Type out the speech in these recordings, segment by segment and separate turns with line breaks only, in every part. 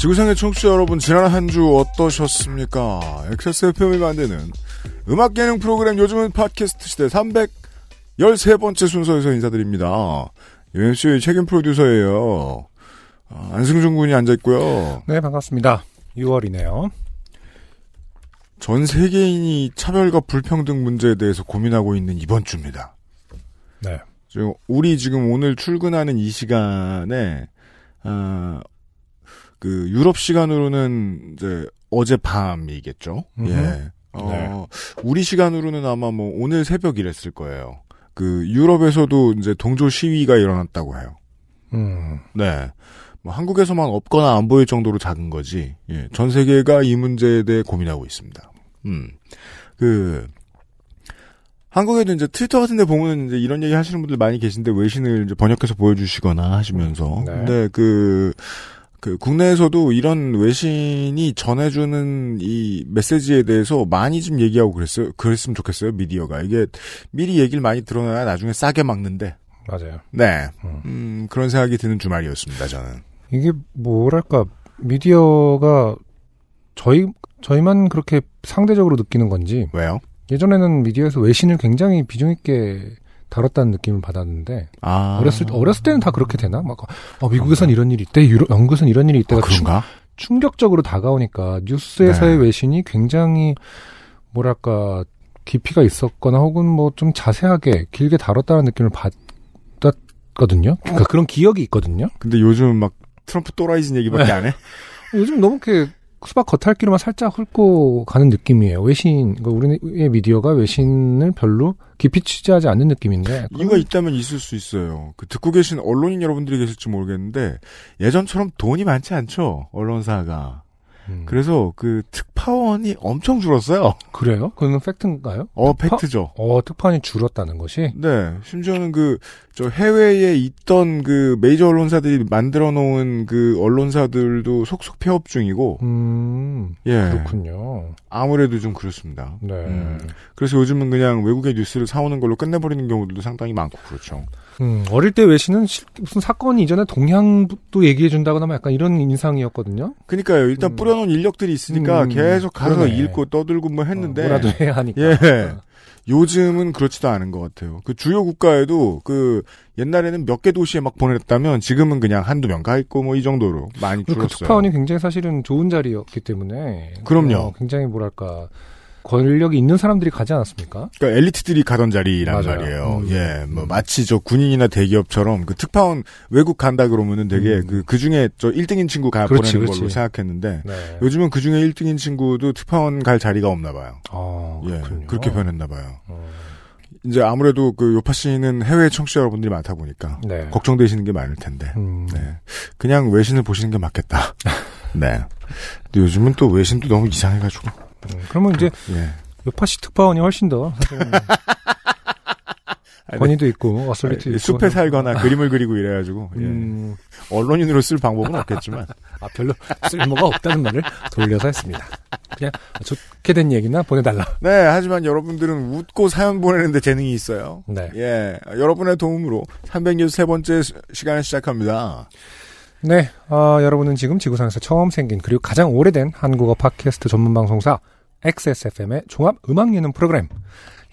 지구상의 청취자 여러분, 지난 한 주 어떠셨습니까? XSFM이 만드는 음악 예능 프로그램 요즘은 팟캐스트 시대 313번째 순서에서 인사드립니다. UMC의 책임 프로듀서예요. 아, 안승준 군이 앉아있고요.
네, 반갑습니다. 6월이네요.
전 세계인이 차별과 불평등 문제에 대해서 고민하고 있는 이번 주입니다.
네.
지금 우리 지금 오늘 출근하는 이 시간에 아, 그 유럽 시간으로는 이제 어젯밤이겠죠.
음흠. 네.
예. 어, 우리 시간으로는 아마 뭐 오늘 새벽 이랬을 거예요. 그 유럽에서도 이제 동조 시위가 일어났다고 해요.
음,
네. 뭐 한국에서만 없거나 안 보일 정도로 작은 거지. 예. 전 세계가 이 문제에 대해 고민하고 있습니다. 음. 그 한국에도 이제 트위터 같은 데 보면 이제 이런 얘기 하시는 분들 많이 계신데 외신을 이제 번역해서 보여주시거나 하시면서.
네.
근데 그, 그 국내에서도 이런 외신이 전해주는 이 메시지에 대해서 많이 좀 얘기하고 그랬어요. 그랬으면 좋겠어요. 미디어가. 이게 미리 얘기를 많이 드러내야 나중에 싸게 막는데.
맞아요.
네.
음.
음, 그런 생각이 드는 주말이었습니다, 저는.
이게 뭐랄까, 미디어가 저희, 저희만 그렇게 상대적으로 느끼는 건지,
왜요?
예전에는 미디어에서 외신을 굉장히 비중있게 다뤘다는 느낌을 받았는데,
아.
어렸을, 때- 어렸을 때는 다 그렇게 되나? 막, 어, 미국에선 이런 일이 있대, 유럽, 영국에선 이런 일이
아,
있대가 충-
그런가?
충격적으로 다가오니까 뉴스에서의
네.
외신이 굉장히 뭐랄까 깊이가 있었거나 혹은 뭐 좀 자세하게 길게 다뤘다는 느낌을 받았거든요. 그러니까 그런 기억이 있거든요.
근데 요즘 막 트럼프 또라이즌
네.
얘기밖에 안 해?
요즘 너무 이렇게 수박 겉핥기로만 살짝 훑고 가는 느낌이에요. 외신, 그러니까 우리의 미디어가 외신을 별로 깊이 취재하지 않는 느낌인데.
이유가 있다면 있을 수 있어요. 그 듣고 계신 언론인 여러분들이 계실지 모르겠는데 예전처럼 돈이 많지 않죠 언론사가.
음,
그래서 그 특파원이 엄청 줄었어요.
그래요? 그건 팩트인가요?
어
특파-
팩트죠.
어, 특판이 줄었다는 것이?
네, 심지어는 그 저 해외에 있던 그 메이저 언론사들이 만들어 놓은 그 언론사들도 속속 폐업 중이고,
음,
예,
그렇군요.
아무래도 좀 그렇습니다.
네.
음. 그래서 요즘은 그냥 외국의 뉴스를 사오는 걸로 끝내버리는 경우들도 상당히 많고 그렇죠.
음, 어릴 때 외신은 실- 무슨 사건 이전에 동향도 얘기해 준다거나 뭐 약간 이런 인상이었거든요.
그러니까요. 일단
음.
뿌려놓은 인력들이 있으니까
음,
계속 가서
그러네.
읽고 떠들고 뭐 했는데
어, 뭐라도 해야 하니까. 어.
예. 요즘은 그렇지도 않은 것 같아요. 그 주요 국가에도 그 옛날에는 몇 개 도시에 막 보냈다면 지금은 그냥 한두 명 가 있고 뭐 이 정도로 많이
그리고 그
줄었어요.
특파원이 굉장히 사실은 좋은 자리였기 때문에
그럼요.
어, 굉장히 뭐랄까 권력이 있는 사람들이 가지 않았습니까?
그러니까 엘리트들이 가던 자리란
맞아요.
말이에요.
음.
예, 뭐 마치 저 군인이나 대기업처럼 그 특파원 외국 간다 그러면은 되게
음.
그 그중에 저 1등인 친구 가
그렇지,
보내는 걸로
그렇지.
생각했는데
네.
요즘은 그중에 1등인 친구도 특파원 갈 자리가 없나 봐요.
아,
예,
그렇군요.
그렇게 변했나 봐요.
어,
이제 아무래도 그 요파 씨는 해외 청취자 여러분들이 많다 보니까
네.
걱정되시는 게 많을 텐데
음,
네. 그냥 외신을 보시는 게 맞겠다. 네. 근데 요즘은 또 외신도 너무 이상해가지고.
음, 그러면 이제
예.
요파시 특파원이 훨씬 더
아,
사실은 권위도 있고 어설리도 있고
네. 아, 예. 숲에 살거나 그림을 그리고 이래가지고 예.
음,
언론인으로 쓸 방법은 없겠지만
아, 별로 쓸모가 없다는 말을 돌려서 했습니다. 그냥 좋게 된 얘기나 보내달라.
네 하지만 여러분들은 웃고 사연 보내는데 재능이 있어요
네.
예 여러분의 도움으로 363번째 시간을 시작합니다
네, 아, 여러분은 지금 지구상에서 처음 생긴 그리고 가장 오래된 한국어 팟캐스트 전문 방송사 XSFM의 종합 음악 예능 프로그램.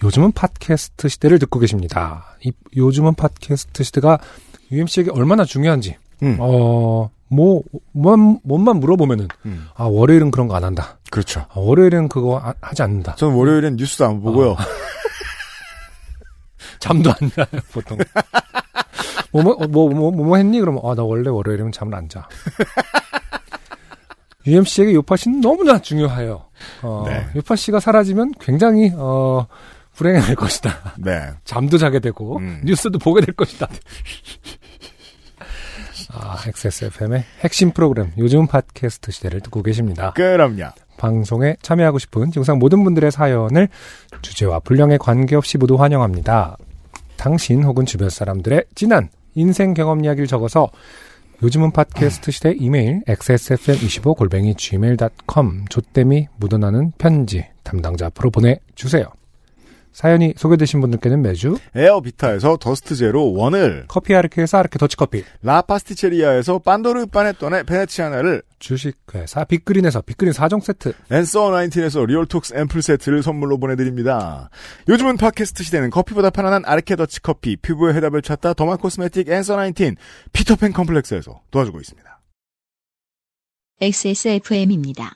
요즘은 팟캐스트 시대를 듣고 계십니다. 이 요즘은 팟캐스트 시대가 UMC에게 얼마나 중요한지,
음.
어, 뭐, 뭔- 뭔만 물어보면은,
음.
아, 월요일은 그런 거 안 한다.
그렇죠
아, 월요일은 그거 아- 하지 않는다.
전 월요일엔 뉴스도 안 보고요
어. 잠도 안 자요, 보통. 뭐, 뭐, 뭐, 뭐, 뭐, 뭐 했니? 그러면, 아, 나 원래 월요일이면 잠을 안 자. UMC에게 요파씨는 너무나 중요해요. 어,
네.
요파씨가 사라지면 굉장히, 어, 불행해질 것이다.
네
잠도 자게 되고,
음.
뉴스도 보게 될 것이다. 아, XSFM의 핵심 프로그램 요즘 팟캐스트 시대를 듣고 계십니다.
그럼요.
방송에 참여하고 싶은 지구상 모든 분들의 사연을 주제와 분량에 관계없이 모두 환영합니다. 당신 혹은 주변 사람들의 진한 인생 경험 이야기를 적어서 요즘은 팟캐스트 시대 이메일 xsfm25골뱅이 gmail.com 조땜이 묻어나는 편지 담당자 앞으로 보내주세요. 사연이 소개되신 분들께는 매주
에어비타에서 더스트 제로 원을
커피 아르케에서 아르케 더치커피
라파스티체리아에서 빤도르 빠네톤의 베네치아나를
주식회사 빅그린에서 빅그린 4종 세트
앤서 19에서 리얼톡스 앰플 세트를 선물로 보내드립니다. 요즘은 팟캐스트 시대는 커피보다 편안한 아르케더치 커피, 피부의 해답을 찾다 더마 코스메틱 앤서 19, 피터팬 컴플렉스에서 도와주고 있습니다.
XSFM입니다.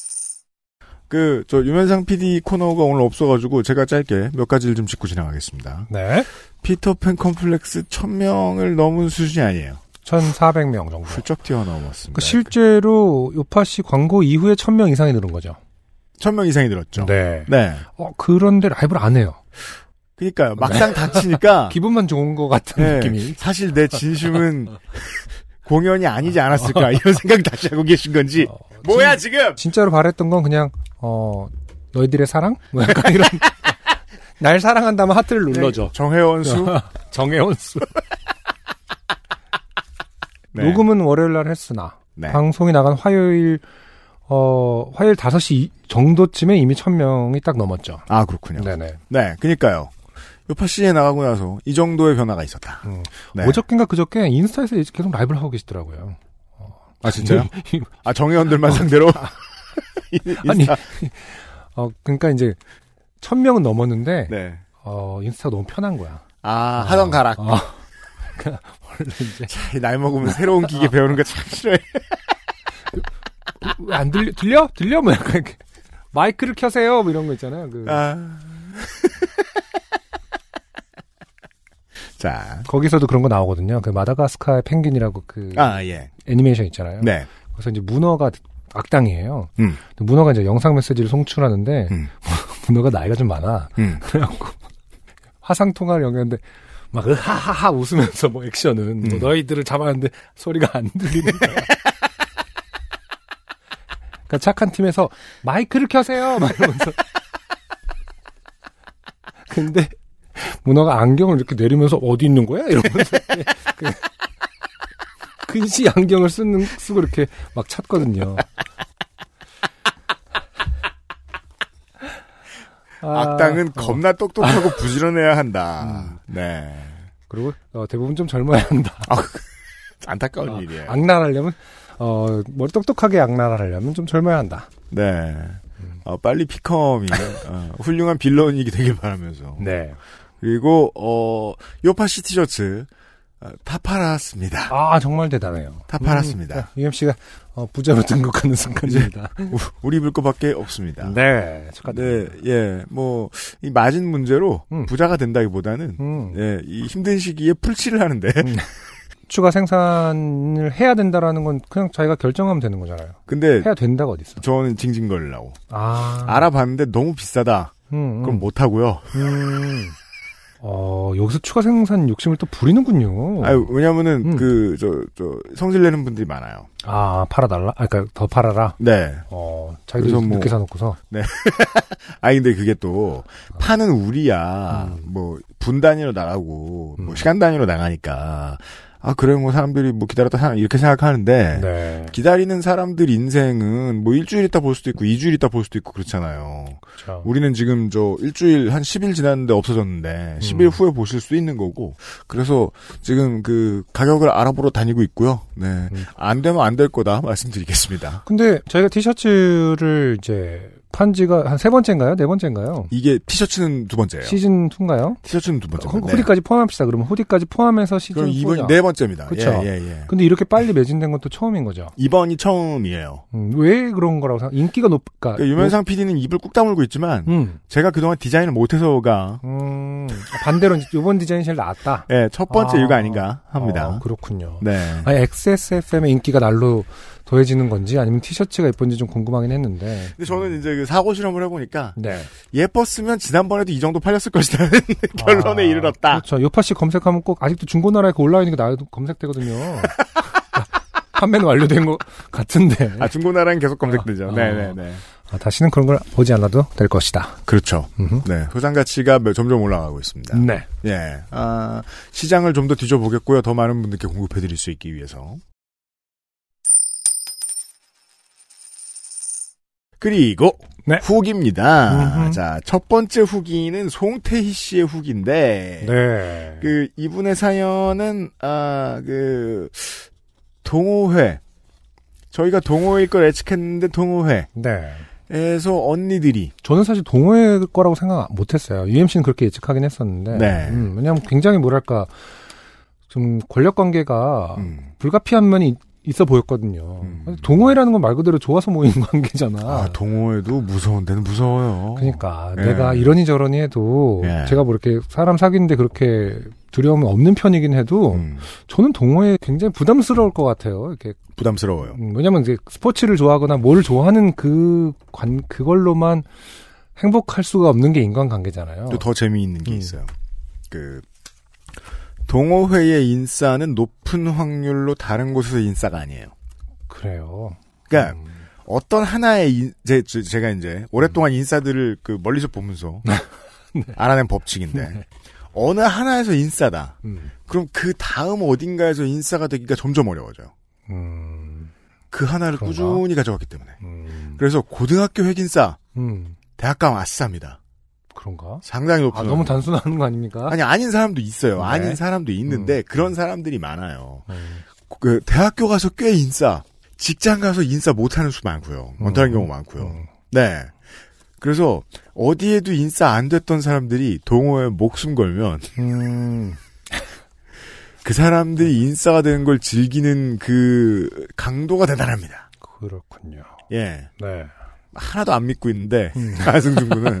그, 저, 유면상 PD 코너가 오늘 없어가지고 제가 짧게 몇 가지를 좀 짚고 지나가겠습니다.
네
피터팬 컴플렉스 1000명을 넘은 수준이 아니에요.
1400명 정도
훌쩍 뛰어넘었습니다.
어. 그 실제로 요파 씨 광고 이후에 1000명 이상이 늘은 거죠.
1000명 이상이 늘었죠.
네.
네.
어, 그런데 라이브를 안 해요.
그니까요. 막상 닥치니까.
기분만 좋은 것 같은
아. 네,
네. 느낌이.
사실 내 진심은 공연이 아니지 않았을까 이런 생각 다시 하고 계신 건지
어,
뭐야 지금
진짜로 바랬던 건 그냥, 어, 너희들의 사랑? 뭐 약간 이런. 날 사랑한다면 하트를 눌러줘. 어.
정혜원 수
정혜원수.
네.
녹음은 월요일 날 했으나,
네.
방송이 나간 화요일, 어, 화요일 5시 이- 정도쯤에 이미 1000명이 딱 넘었죠.
아 그렇군요 네,
네네.
그니까요 요파 씨에 나가고 나서 이 정도의 변화가 있었다
음.
네.
어저께인가 그저께 인스타에서 계속 라이브를 하고 계시더라고요.
아
음.
진짜요 아 정혜원들만 상대로
어. 아니, 어, 그러니까 이제, 1000명은 넘었는데,
네아 아,
어, 인스타가 너무 편한 거야.
하던 가락
어. 그러니까 원래 이제
자, 날 먹으면 새로운 기계 배우는 거 참 싫어해
왜안 들려 들려 들려 뭐 약간 이렇게 마이크를 켜세요 뭐 이런 거 있잖아요. 그
아. 자
거기서도 그런 거 나오거든요. 그 마다가스카의 펭귄이라고 그
아, 예.
애니메이션 있잖아요.
네.
그래서 이제 문어가 악당이에요.
음.
근데 문어가 이제 영상 메시지를 송출하는데
음.
문어가 나이가 좀 많아.
음.
그래갖고 화상 통화를 연결하는데 막 으하하하 웃으면서 뭐 액션은
음.
뭐 너희들을 잡았는데 소리가 안 들리는 거야. 그러니까 착한 팀에서 마이크를 켜세요 막 이러면서 근데 문어가 안경을 이렇게 내리면서 어디 있는 거야 이러면서 그 근시 안경을 쓰는 쓰고 이렇게 막 찾거든요. 아,
악당은 겁나 똑똑하고 부지런해야
음.
한다. 네.
그리고 어, 대부분 좀 젊어야 한다.
안타까운
아,
일이에요.
악랄하려면 어, 머리 똑똑하게 악랄하려면 좀 젊어야 한다.
네. 어, 빨리 피컴이 어, 훌륭한 빌런이 되길 바라면서.
네.
그리고 어, 요파시 티셔츠 어, 다 팔았습니다.
아 정말 대단해요. 네,
다 팔았습니다.
UMC가 어, 부자로 등극하는 순간입니다.
우- 우리 입을 것밖에 없습니다.
음. 네.
네,
축하드립니다.
예, 뭐, 이 마진 문제로
음.
부자가 된다기보다는,
음.
예, 이 힘든 시기에 풀칠을 하는데,
추가 생산을 해야 된다라는 건 그냥 자기가 결정하면 되는 거잖아요.
근데
해야 된다가 어디 있어?
저는 징징거리려고.
아.
네. 알아봤는데 너무 비싸다.
음,
그럼
음.
못하고요.
음. 어, 여기서 추가 생산 욕심을 또 부리는군요.
아유, 왜냐면은,
음.
그, 저, 저, 성질 내는 분들이 많아요.
아, 팔아달라? 아, 그니까 더 팔아라?
네.
어,
그래서
자기도
뭐-
늦게 사놓고서.
아니, 근데 그게 또, 파는 우리야,
음.
뭐, 분 단위로 나가고, 뭐,
음.
시간 단위로 나가니까, 아, 그래, 뭐, 사람들이 뭐, 기다렸다, 사- 이렇게 생각하는데,
네.
기다리는 사람들 인생은 뭐, 일주일 있다 볼 수도 있고, 이주일 있다 볼 수도 있고, 그렇잖아요.
그렇죠.
우리는 지금 저, 일주일, 한 10일 지났는데 없어졌는데, 10일
음.
후에 보실 수 있는 거고, 그래서 지금 그, 가격을 알아보러 다니고 있고요. 네.
음.
안 되면 안 될 거다, 말씀드리겠습니다.
근데 저희가 티셔츠를 이제 판지가 한 세 번째인가요? 네 번째인가요?
이게 티셔츠는 두 번째예요.
시즌 2인가요? 어,
티셔츠는 두 번째.
후디까지 포함합시다. 그러면 후디까지 포함해서 시즌
그럼
4죠.
이번이 네 번째입니다.
그쵸?
예, 예, 예.
근데 이렇게 빨리 매진된 것도 처음인 거죠.
이번이 처음이에요.
음, 왜 그런 거라고 생각? 인기가 높까?
그러니까 유면상 PD는 입을 꾹 다물고 있지만
아, 뭐- 음,
제가 그동안 디자인을 못해서가
음, 반대로 이번 디자인이 제일 낫다.
예, 첫 번째
아.
이유가 아닌가 합니다.
어, 그렇군요.
네.
아니 XSFM의 인기가 날로 더해지는 건지 아니면 티셔츠가 예쁜지 좀 궁금하긴 했는데.
근데 저는 이제 그 사고 실험을 해보니까
네.
예뻤으면 지난번에도 이 정도 팔렸을 것이라는 결론에
아,
이르렀다.
그렇죠. 요파 씨 검색하면 꼭 아직도 중고나라에 그 올라와 있는 게 나도 검색되거든요. 판매는 완료된 것 같은데.
아 중고나라는 계속 검색되죠.
아,
네네네.
아, 다시는 그런 걸 보지 않아도 될 것이다.
그렇죠.
음흠.
네 소장 가치가 매- 점점 올라가고 있습니다.
네.
예. 아, 시장을 좀 더 뒤져보겠고요. 더 많은 분들께 공급해드릴 수 있기 위해서. 그리고
네.
후기입니다.
음흠.
자, 첫 번째 후기는 송태희 씨의 후기인데
네.
그 이분의 사연은 아, 그 동호회 저희가 동호회일 걸 예측했는데
네.
동호회에서 언니들이
저는 사실 동호회 거라고 생각 못 했어요. UMC는 그렇게 예측하긴 했었는데.
네.
음, 왜냐면 하 굉장히 뭐랄까, 좀 권력 관계가
음,
불가피한 면이 있- 있어 보였거든요.
음.
동호회라는 건 말 그대로 좋아서 모이는 관계잖아.
아, 동호회도 무서운 데는 무서워요.
그러니까
예.
내가 이러니 저러니 해도
예.
제가 뭐 이렇게 사람 사귀는데 그렇게 두려움이 없는 편이긴 해도
음.
저는 동호회 굉장히 부담스러울 것 같아요. 이렇게
부담스러워요.
음, 왜냐면 이제 스포츠를 좋아하거나 뭘 좋아하는 그 관 그걸로만 행복할 수가 없는 게 인간관계잖아요.
또 더 재미있는 게
음.
있어요. 그 동호회의 인싸는 높은 확률로 다른 곳에서 인싸가 아니에요.
그래요.
그러니까
음.
어떤 하나의 인, 제, 제- 제가 이제 오랫동안 인싸들을 그 멀리서 보면서
네.
알아낸 법칙인데 어느 하나에서 인싸다.
음.
그럼 그 다음 어딘가에서 인싸가 되기가 점점 어려워져요.
음.
그 하나를
그런가?
꾸준히 가져왔기 때문에.
음.
그래서 고등학교 회긴싸,
음.
대학 가면 아싸입니다.
그런가?
상당히 높은.
아, 너무 단순한 거 아닙니까?
아니 아닌 사람도 있어요.
네.
아닌 사람도 있는데
음.
그런 사람들이 많아요.
음.
그 대학교 가서 꽤 인싸, 직장 가서 인싸 못하는 수 많고요. 못하는
음.
경우 많고요.
음.
네. 그래서 어디에도 인싸 안 됐던 사람들이 동호회 목숨 걸면
음.
그 사람들이 인싸가 되는 걸 즐기는 그 강도가 대단합니다.
그렇군요.
예.
네.
하나도 안 믿고 있는데
음.
안승준 군은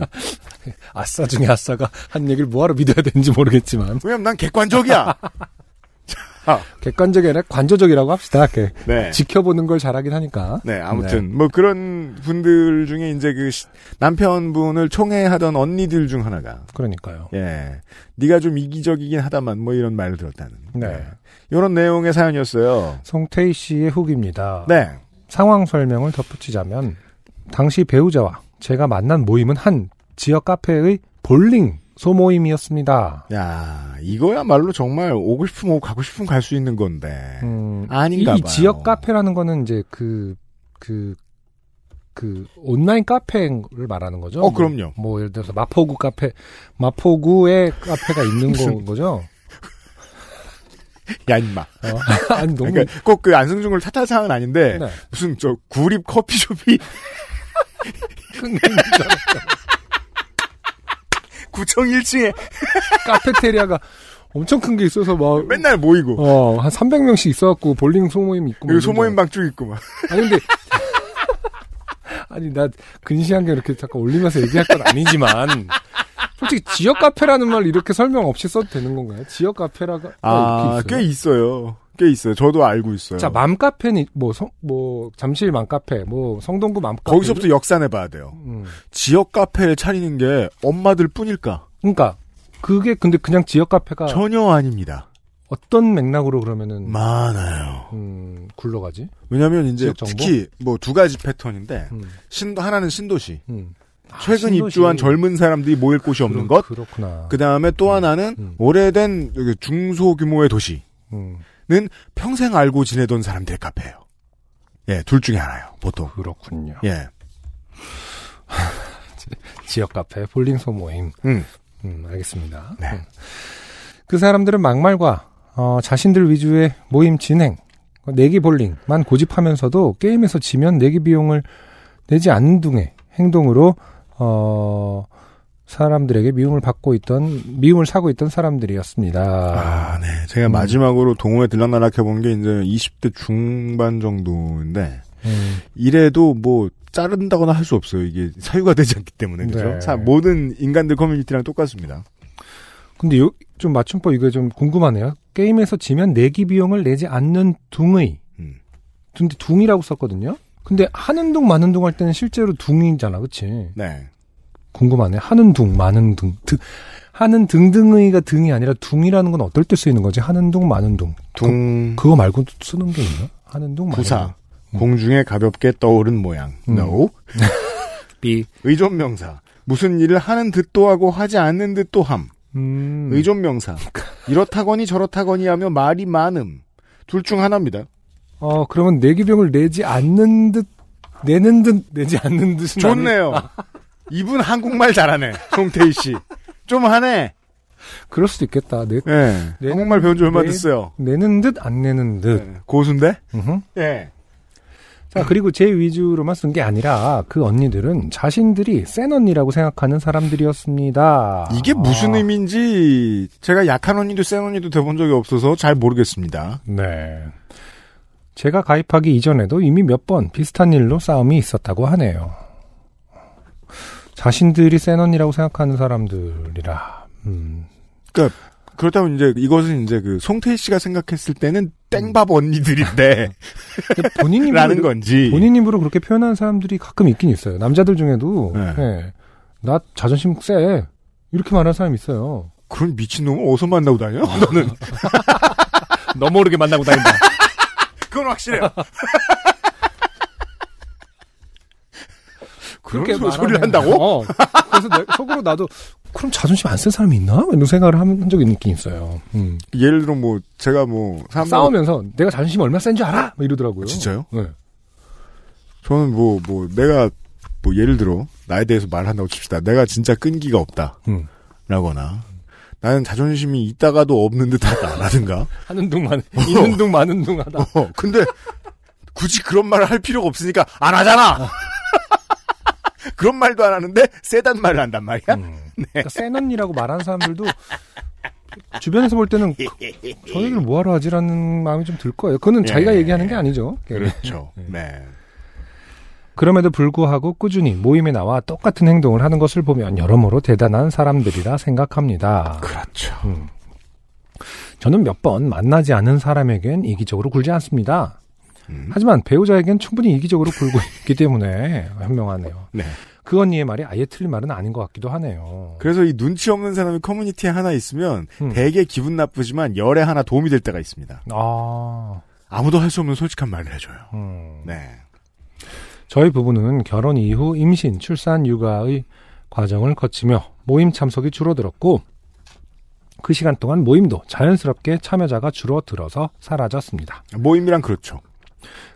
아싸 중에 아싸가 한 얘기를 뭐하러 믿어야 되는지 모르겠지만
왜냐면 난 객관적이야.
객관적이 아니라 관조적이라고 합시다. 이렇게
네.
지켜보는 걸 잘하긴 하니까.
네, 아무튼 뭐 그런 분들 중에 이제 그 시- 남편분을 총애하던 언니들 중 하나가
그러니까요.
예, 네가 좀 이기적이긴 하다만 뭐 이런 말을 들었다는.
네.
이런 내용의 사연이었어요.
송태희 씨의 후기입니다.
네,
상황 설명을 덧붙이자면 당시 배우자와 제가 만난 모임은 한 지역 카페의 볼링 소모임이었습니다.
야 이거야말로 정말 오고 싶으면 오고 가고 싶으면 갈 수 있는 건데
음,
아닌가
이
봐요.
지역 카페라는 거는 이제 그, 그, 그, 온라인 카페를 말하는 거죠?
어, 그럼요.
뭐, 뭐 예를 들어서 마포구 카페, 마포구에 카페가 있는 거,
무슨-
거죠?
야 임마.
어, 아니, 너무.
그러니까 꼭 그 안승준을 탓할 사항은 아닌데
네.
무슨 저 구립 커피숍이 구청 1층에
카페테리아가 엄청 큰 게 있어서 막.
맨날 모이고
어, 한 300명씩 있어갖고 볼링 소모임 있고. 막
그리고
이런
소모임 방쭉 있고 막.
줄 알았- 아니, 근데. 아니, 나 근시한 게 이렇게 자꾸 올리면서 얘기할 건 아니지만. 솔직히 지역 카페라는 말 이렇게 설명 없이 써도 되는 건가요? 지역 카페라가 뭐
아,
이렇게 있어요?
꽤 있어요. 꽤 있어요. 저도 알고 있어요.
자, 맘카페는 뭐, 성, 뭐, 잠실 맘카페, 뭐, 성동구 맘카페.
거기서부터 역산해 봐야 돼요.
음.
지역 카페를 차리는 게 엄마들 뿐일까?
그러니까, 그게 근데 그냥 지역 카페가
전혀 아닙니다.
어떤 맥락으로 그러면은,
많아요.
음, 굴러가지?
왜냐면 하 이제
지역 정보?
특히 뭐 두 가지 패턴인데
음,
신 하나는 신도시.
음. 아,
최근
신도시.
입주한 젊은 사람들이 모일 곳이 없는
그렇-
것.
그렇구나.
그 다음에 또 하나는
음.
오래된 그 중소규모의 도시는
음,
평생 알고 지내던 사람들의 카페예요. 예, 둘 중에 하나예요. 보통.
그렇군요.
예.
지역 카페, 볼링 소모임.
음.
음, 알겠습니다.
네.
음. 그 사람들은 막말과 어, 자신들 위주의 모임 진행, 어, 내기 볼링만 고집하면서도 게임에서 지면 내기 비용을 내지 않는 둥에 행동으로 어 사람들에게 미움을 받고 있던 미움을 사고 있던 사람들이었습니다.
아, 네. 제가 마지막으로 동호회 들락날락 해본 게 이제 20대 중반 정도인데,
음,
이래도 뭐, 자른다거나 할 수 없어요. 이게 사유가 되지 않기 때문에. 그죠?
네.
자, 모든 인간들 커뮤니티랑 똑같습니다.
근데 요, 좀 맞춤법 이거 좀 궁금하네요. 게임에서 지면 내기 비용을 내지 않는 둥의.
음.
근데 둥이라고 썼거든요. 근데 하는 둥 마는 둥 할 때는 실제로 둥이잖아, 그치?
네.
궁금하네. 하는 둥 마는 둥. 등, 하는 등등의가 등이 아니라 둥이라는 건 어떨 때 쓰이는 거지? 하는 둥 마는 둥.
음. 둥,
그거 말고 쓰는 게 있나? 하는 둥 마는
부사. 음. 공중에 가볍게 떠오른 모양.
음.
No.
비.
의존명사. 무슨 일을 하는 듯도 하고 하지 않는 듯도 함.
음.
의존명사. 이렇다거니 저렇다거니 하며 말이 많음. 둘 중 하나입니다.
어, 그러면 내기병을 내지 않는 듯, 내는 듯, 내지 않는 듯은. 아니-
좋네요. 이분 한국말 잘하네. 송태희 씨. 좀 하네.
그럴 수도 있겠다. 내,
예.
네.
한국말 배운 지 얼마
네.
됐어요.
내는 듯, 안 내는 듯.
예. 고수인데?
음흠. 네.
예.
자, 그리고 제 위주로만 쓴 게 아니라 그 언니들은 자신들이 센 언니라고 생각하는 사람들이었습니다.
이게 무슨
아,
의미인지 제가 약한 언니도 센 언니도 돼본 적이 없어서 잘 모르겠습니다.
네. 제가 가입하기 이전에도 이미 몇 번 비슷한 일로 싸움이 있었다고 하네요. 자신들이 센 언니라고 생각하는 사람들이라. 음.
그러니까 그렇다면 이제 이것은 이제 그 송태희 씨가 생각했을 때는 땡밥 언니들인데
근데 본인 입으로
라는 건지
본인 입으로 그렇게 표현하는 사람들이 가끔 있긴 있어요. 남자들 중에도
네.
예, 나 자존심 세 이렇게 말하는 사람이 있어요.
그런 미친놈은 어디서 만나고 다녀? 너는
너 모르게 만나고 다닌다.
그건 확실해요. 그런
그렇게
소- 소리를
말하네.
한다고?
어. 그래서 내- 속으로 나도 그럼 자존심 안 쓴 사람이 있나? 이런 생각을 한, 한 적이 있긴 있어요. 음.
예를 들어 뭐 제가 뭐 사람-
싸우면서 내가 자존심 얼마나 센 줄 음. 알아? 막 이러더라고요.
진짜요?
네.
저는 뭐 뭐 내가 뭐 예를 들어 나에 대해서 말한다고 칩시다. 내가 진짜 끈기가
음.
없다라거나 나는 자존심이 있다가도 없는 듯하다라든가.
하는 둥만 있는 둥 마는 둥하다.
아. 어, 근데 굳이 그런 말을 할 필요가 없으니까 안 하잖아. 그런 말도 안 하는데 세단 말을 한단 말이야.
그러니까 센 언니라고 말하는 사람들도 주변에서 볼 때는 그, 저희들 뭐하러 하지라는 마음이 좀 들 거예요. 그거는
예.
자기가 얘기하는 게 아니죠. 예.
그렇죠. 네.
그럼에도 불구하고 꾸준히 모임에 나와 똑같은 행동을 하는 것을 보면 여러모로 대단한 사람들이라 생각합니다.
그렇죠.
음. 저는 몇 번 만나지 않은 사람에겐 이기적으로 굴지 않습니다.
음.
하지만 배우자에겐 충분히 이기적으로 굴고 있기 때문에 현명하네요.
네.
그 언니의 말이 아예 틀린 말은 아닌 것 같기도 하네요.
그래서 이 눈치 없는 사람이 커뮤니티에 하나 있으면
음.
되게 기분 나쁘지만 열에 하나 도움이 될 때가 있습니다.
아,
아무도 할 수 없는 솔직한 말을 해줘요.
음.
네.
저희 부부는 결혼 이후 임신, 출산, 육아의 과정을 거치며 모임 참석이 줄어들었고 그 시간 동안 모임도 자연스럽게 참여자가 줄어들어서 사라졌습니다.
모임이랑 그렇죠.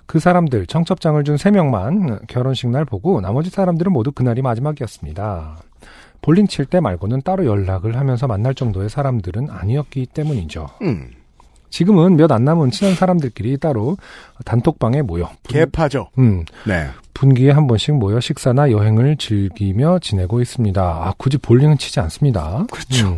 그 사람들 청첩장을 준 3명만 결혼식 날 보고 나머지 사람들은 모두 그날이 마지막이었습니다. 볼링 칠 때 말고는 따로 연락을 하면서 만날 정도의 사람들은 아니었기 때문이죠.
음.
지금은 몇 안 남은 친한 사람들끼리 따로 단톡방에 모여
개파죠.
음,
네.
분기에 한 번씩 모여 식사나 여행을 즐기며 지내고 있습니다. 아, 굳이 볼링은 치지 않습니다. 그렇죠.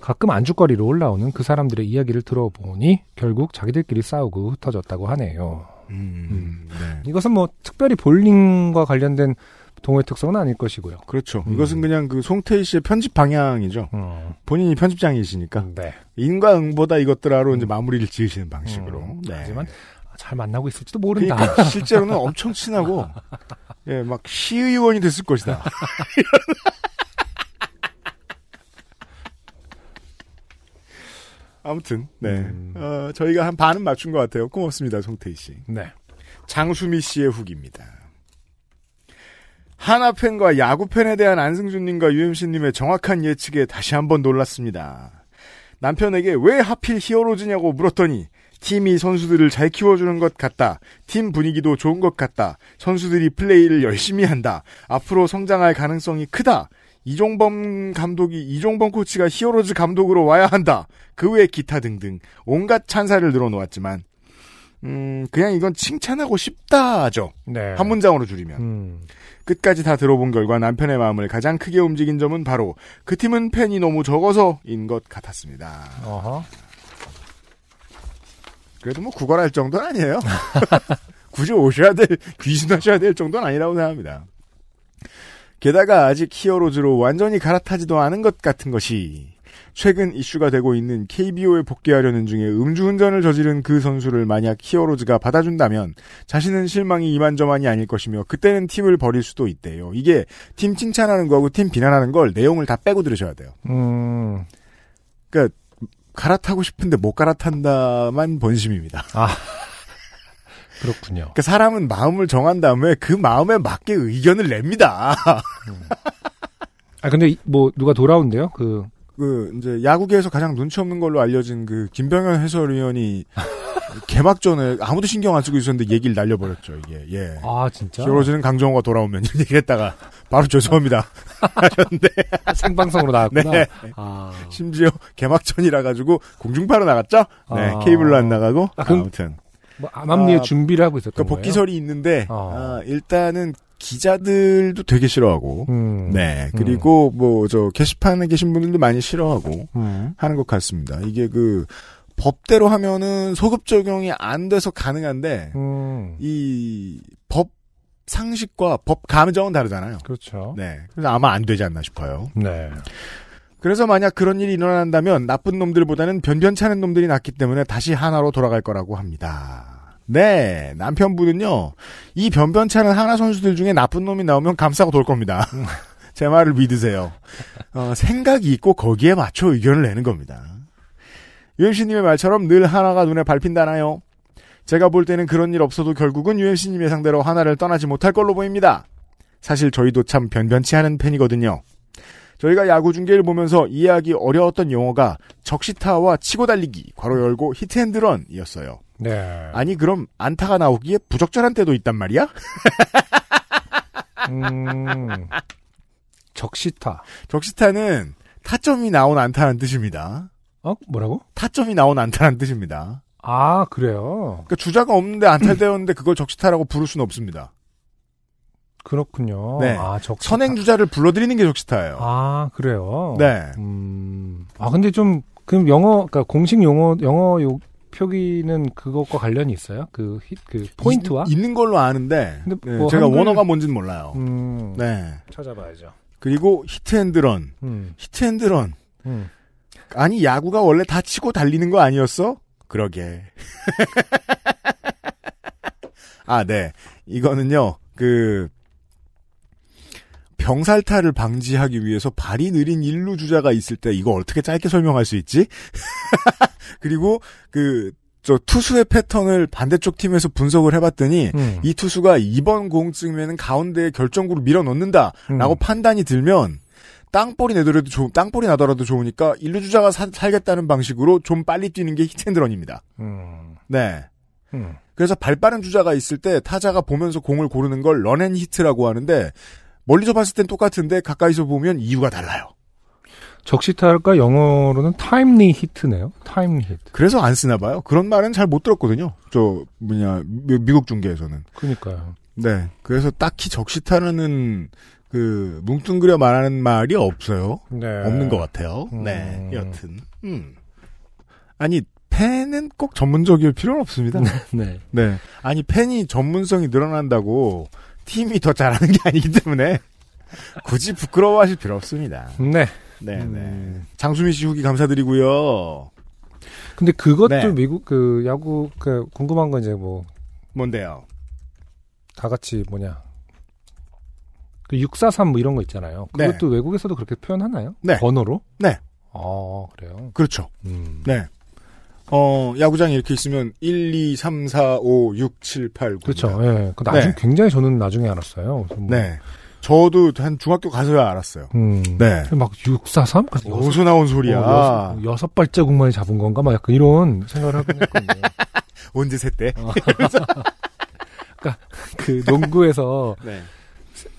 가끔 안주거리로 올라오는 그 사람들의 이야기를 들어보니 결국 자기들끼리 싸우고 흩어졌다고 하네요.
음. 네.
이것은 뭐 특별히 볼링과 관련된 동호회 특성은 아닐 것이고요.
그렇죠.
음.
이것은 그냥 그 송태희 씨의 편집 방향이죠.
음,
본인이 편집장이시니까
네.
인과응보다 이것들하로 이제 마무리를 지으시는 방식으로.
음,
네.
하지만 잘 만나고 있을지도 모른다.
그러니까 실제로는 엄청 친하고 예, 막 시의원이 됐을 것이다. 아무튼 네
음.
어, 저희가 한 반은 맞춘 것 같아요. 고맙습니다, 송태희 씨.
네.
장수미 씨의 후기입니다. 하나 팬과 야구 팬에 대한 안승준님과 UMC님의 정확한 예측에 다시 한번 놀랐습니다. 남편에게 왜 하필 히어로즈냐고 물었더니 팀이 선수들을 잘 키워주는 것 같다. 팀 분위기도 좋은 것 같다. 선수들이 플레이를 열심히 한다. 앞으로 성장할 가능성이 크다. 이종범 감독이 이종범 코치가 히어로즈 감독으로 와야 한다. 그 외 기타 등등 온갖 찬사를 늘어놓았지만 음, 그냥 이건 칭찬하고 싶다죠.
네.
한 문장으로 줄이면.
음.
끝까지 다 들어본 결과 남편의 마음을 가장 크게 움직인 점은 바로 그 팀은 팬이 너무 적어서인 것 같았습니다.
어허.
그래도 뭐 구걸할 정도는 아니에요. 굳이 오셔야 될, 귀신하셔야 될 정도는 아니라고 생각합니다. 게다가 아직 히어로즈로 완전히 갈아타지도 않은 것 같은 것이 최근 이슈가 되고 있는 KBO에 복귀하려는 중에 음주운전을 저지른 그 선수를 만약 히어로즈가 받아준다면 자신은 실망이 이만저만이 아닐 것이며 그때는 팀을 버릴 수도 있대요. 이게 팀 칭찬하는 거하고 팀 비난하는 걸 내용을 다 빼고 들으셔야 돼요.
음.
갈아타고 싶은데 못 갈아탄다만 본심입니다.
그렇군요.
그러니까 사람은 마음을 정한 다음에 그 마음에 맞게 의견을 냅니다.
아 근데 이- 뭐 누가 돌아온대요? 그
그 이제 야구계에서 가장 눈치 없는 걸로 알려진 그 김병현 해설위원이 개막전에 아무도 신경 안 쓰고 있었는데 얘기를 날려버렸죠. 이게 예.
아 진짜
히어로즈는 강정호가 돌아오면 이런 얘기했다가 바로 죄송합니다 하셨는데
아, 생방송으로 나왔구나.
네.
아.
심지어 개막전이라 가지고 공중파로 나갔죠. 네
아.
케이블로 안 나가고
아, 그럼-
아무튼
뭐 암암리에
아,
준비를 하고 있었던
그
거예요.
복귀설이 있는데
어.
아, 일단은 기자들도 되게 싫어하고
음.
네. 그리고 뭐 저 게시판에 계신 분들도 많이 싫어하고
음.
하는 것 같습니다. 이게 그 법대로 하면은 소급 적용이 안 돼서 가능한데
음.
이 법 상식과 법 감정은 다르잖아요.
그렇죠.
네. 그래서 아마 안 되지 않나 싶어요.
네.
그래서 만약 그런 일이 일어난다면 나쁜 놈들보다는 변변찮은 놈들이 낫기 때문에 다시 하나로 돌아갈 거라고 합니다. 네, 남편분은요, 이 변변찮은 하나 선수들 중에 나쁜 놈이 나오면 감싸고 돌 겁니다. 제 말을 믿으세요. 어, 생각이 있고 거기에 맞춰 의견을 내는 겁니다. UMC님의 말처럼 늘 하나가 눈에 밟힌다나요? 제가 볼 때는 그런 일 없어도 결국은 UMC님 예상대로 하나를 떠나지 못할 걸로 보입니다. 사실 저희도 참 변변치 않은 팬이거든요. 저희가 야구 중계를 보면서 이해하기 어려웠던 용어가 적시타와 치고 달리기, 괄호 열고 히트앤드런이었어요.
네.
아니 그럼 안타가 나오기에 부적절한 때도 있단 말이야?
음. 적시타.
적시타는 타점이 나온 안타라는 뜻입니다.
어 뭐라고?
타점이 나온 안타라는 뜻입니다.
아 그래요.
그러니까 주자가 없는데 안타되었는데 그걸 적시타라고 부를 수는 없습니다.
그렇군요.
네.
아 적시타.
선행 주자를 불러들이는 게 적시타예요.
아 그래요.
네.
음. 아 근데 좀 그럼 영어 그러니까 공식 용어 영어 요 표기는 그것과 관련이 있어요? 그, 히, 그 포인트와?
있- 있는 걸로 아는데
근데
네,
뭐
제가
한글-
원어가 뭔진 몰라요.
음.
네.
찾아봐야죠.
그리고 히트앤드런,
음.
히트앤드런
음.
아니 야구가 원래 다 치고 달리는 거 아니었어? 그러게. 아, 네. 이거는요. 그 병살타를 방지하기 위해서 발이 느린 일루 주자가 있을 때 이거 어떻게 짧게 설명할 수 있지? 그리고 그 저 투수의 패턴을 반대쪽 팀에서 분석을 해봤더니
음.
이 투수가 2번 공쯤에는 가운데에 결정구를 밀어 넣는다라고
음.
판단이 들면 땅볼이 내더라도 좋, 땅볼이 나더라도 좋으니까 일루 주자가 사- 살겠다는 방식으로 좀 빨리 뛰는 게 히트앤드런입니다.
음.
네.
음.
그래서 발빠른 주자가 있을 때 타자가 보면서 공을 고르는 걸 런앤히트라고 하는데 멀리서 봤을 땐 똑같은데 가까이서 보면 이유가 달라요.
적시타가 영어로는 타임리 히트네요. 타임 히트.
그래서 안 쓰나 봐요. 그런 말은 잘 못 들었거든요. 저 뭐냐 미- 미국 중계에서는.
그러니까요.
네. 그래서 딱히 적시타라는 그 뭉뚱그려 말하는 말이 없어요.
네.
없는 것 같아요.
음.
네. 여튼. 음. 아니, 팬은 꼭 전문적일 필요는 없습니다.
네.
네. 아니, 팬이 전문성이 늘어난다고 팀이 더 잘하는 게 아니기 때문에 굳이 부끄러워하실 필요 없습니다.
네.
네, 네.
음.
장수민 씨 후기 감사드리고요.
근데 그것도
네.
미국 그 야구 그 궁금한 건 이제 뭐 다
뭔데요?
같이 뭐냐. 그 643 뭐 이런 거 있잖아요.
네.
그것도 외국에서도 그렇게 표현하나요?
네.
번호로?
네.
아, 그래요.
그렇죠.
음.
네. 어, 야구장이 이렇게 있으면 1, 2, 3, 4, 5, 6, 7, 8, 9.
그렇죠. 예. 그 나중
네.
굉장히 저는 나중에 알았어요. 그래서 뭐,
네. 저도 한 중학교 가서야 알았어요.
음.
네.
막 643? 그래서 여섯-
어디서 나온 소리야.
어, 여섯, 여섯 발자국만이 잡은 건가? 막 약간 이런 생각을 하긴 했거든요.
언제 샜대? 네.
그 농구에서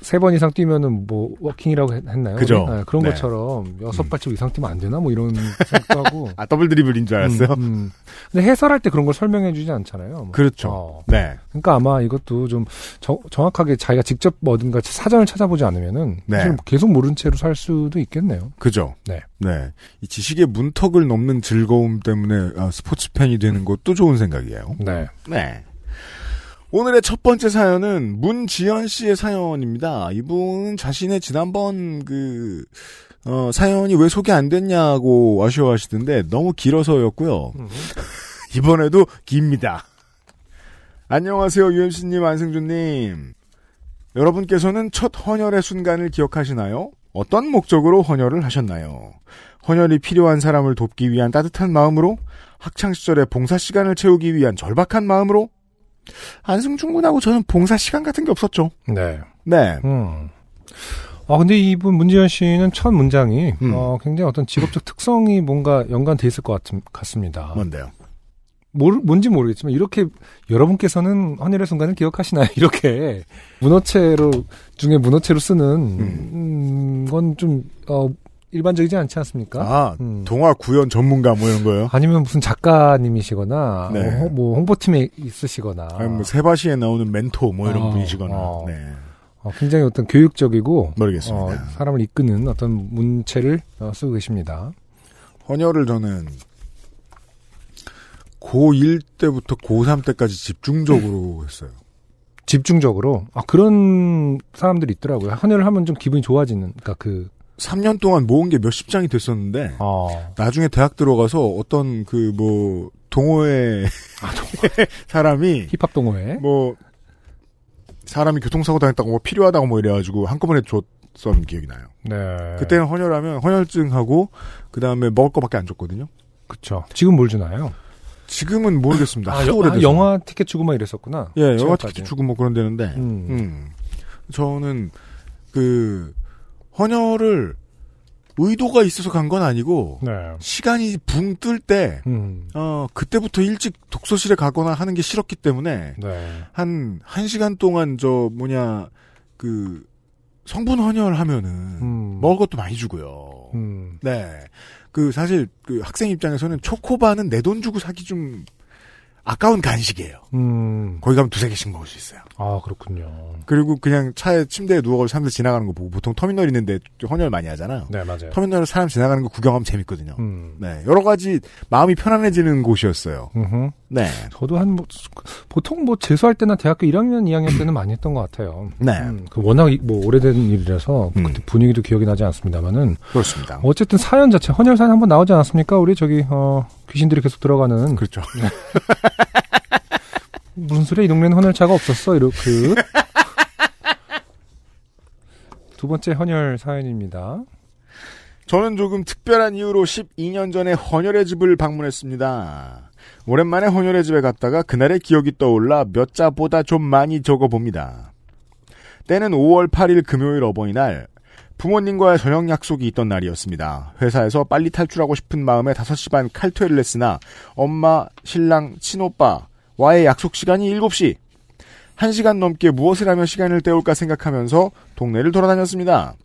세 번 이상 뛰면은 뭐 워킹이라고 했- 했나요?
그죠.
네, 그런
네.
것처럼
음.
여섯 발짝 이상 뛰면 안 되나 뭐 이런 생각도 하고.
아, 더블 드리블인 줄 알았어요?
음, 음. 근데 해설할 때 그런 걸 설명해 주지 않잖아요. 뭐.
그렇죠.
어.
네.
그러니까 아마 이것도 좀 정- 정확하게 자기가 직접 뭐 어딘가 사전을 찾아보지 않으면은
네.
사실 뭐 계속 모른 채로 살 수도 있겠네요.
그죠.
네.
네. 이 지식의 문턱을 넘는 즐거움 때문에 아, 스포츠 팬이 되는 것도 좋은 생각이에요.
네.
네. 오늘의 첫 번째 사연은 문지연 씨의 사연입니다. 이분은 자신의 지난번 그, 어, 사연이 왜 소개 안 됐냐고 아쉬워하시던데 너무 길어서였고요. 이번에도 깁니다. 안녕하세요, 유엠씨님, 안승준님. 여러분께서는 첫 헌혈의 순간을 기억하시나요? 어떤 목적으로 헌혈을 하셨나요? 헌혈이 필요한 사람을 돕기 위한 따뜻한 마음으로? 학창시절에 봉사 시간을 채우기 위한 절박한 마음으로? 안승준 군하고 저는 봉사 시간 같은 게 없었죠.
네.
네.
음. 아 근데 이분 문지연 씨는 첫 문장이
음.
어, 굉장히 어떤 직업적 특성이 뭔가 연관돼 있을 것 같, 같습니다.
뭔데요?
모르, 뭔지 모르겠지만 이렇게 여러분께서는 헌혈의 순간을 기억하시나요? 이렇게 문어체로 중에 문어체로 쓰는 음, 건 좀 어, 일반적이지 않지 않습니까?
아,
음.
동화 구연 전문가 뭐 이런 거요?
아니면 무슨 작가님이시거나
네.
어, 홍- 뭐 홍보팀에 있으시거나
아니, 뭐, 세바시에 나오는 멘토 뭐 이런
어,
분이시거나.
어.
네.
어, 굉장히 어떤 교육적이고
모르겠습니다.
어, 사람을 이끄는 어떤 문체를 어, 쓰고 계십니다.
헌혈을 저는 고1 때부터 고3 때까지 집중적으로 했어요.
집중적으로 아 그런 사람들이 있더라고요. 헌혈을 하면 좀 기분이 좋아지는 그러니까 그
3년 동안 모은 게 몇십 장이 됐었는데
어.
나중에 대학 들어가서 어떤 그 뭐 아, 동호회 사람이
힙합 동호회
뭐 사람이 교통사고 당했다고 뭐 필요하다고 뭐 이래가지고 한꺼번에 줬던 기억이 나요.
네
그때는 헌혈하면 헌혈증하고 그 다음에 먹을 거밖에 안 줬거든요.
그쵸 지금 뭘 주나요?
지금은 모르겠습니다.
아,
하도
여-
오래돼서.
아, 영화 티켓 주고 막 이랬었구나.
예, 영화
지금까지.
티켓 주고 뭐 그런 데는데,
음.
음. 저는, 그, 헌혈을 의도가 있어서 간 건 아니고,
네.
시간이 붕 뜰 때,
음.
어, 그때부터 일찍 독서실에 가거나 하는 게 싫었기 때문에,
네.
한, 한 시간 동안 저, 뭐냐, 그, 성분 헌혈하면은,
음.
먹을 것도 많이 주고요.
음.
네. 그, 사실, 그 학생 입장에서는 초코바는 내 돈 주고 사기 좀, 아까운 간식이에요.
음.
거기 가면 두세 개씩 먹을 수 있어요.
아 그렇군요.
그리고 그냥 차에 침대에 누워가지고 사람들 지나가는 거 보고 보통 터미널 있는데 헌혈 많이 하잖아요.
네 맞아요.
터미널에 사람 지나가는 거 구경하면 재밌거든요.
음.
네, 여러 가지 마음이 편안해지는 곳이었어요.
음흠.
네,
저도 한 뭐, 보통 뭐 재수할 때나 대학교 1학년, 2학년 때는 많이 했던 것 같아요.
네,
음, 그 워낙 이- 뭐 오래된 일이라서
음.
그때 분위기도 기억이 나지 않습니다만은
그렇습니다.
어쨌든 사연 자체 헌혈 사연 한번 나오지 않았습니까? 우리 저기 어, 귀신들이 계속 들어가는
그렇죠.
무슨 소리야 이 동네는 헌혈차가 없었어 그. 이렇게 두 번째 헌혈 사연입니다.
저는 조금 특별한 이유로 12년 전에 헌혈의 집을 방문했습니다. 오랜만에 헌혈의 집에 갔다가 그날의 기억이 떠올라 몇 자보다 좀 많이 적어봅니다. 때는 5월 8일 금요일 어버이날, 부모님과의 저녁 약속이 있던 날이었습니다. 회사에서 빨리 탈출하고 싶은 마음에 5시 반 칼퇴를 했으나 엄마, 신랑, 친오빠와의 약속 시간이 7시. 1시간 넘게 무엇을 하며 시간을 때울까 생각하면서 동네를 돌아다녔습니다.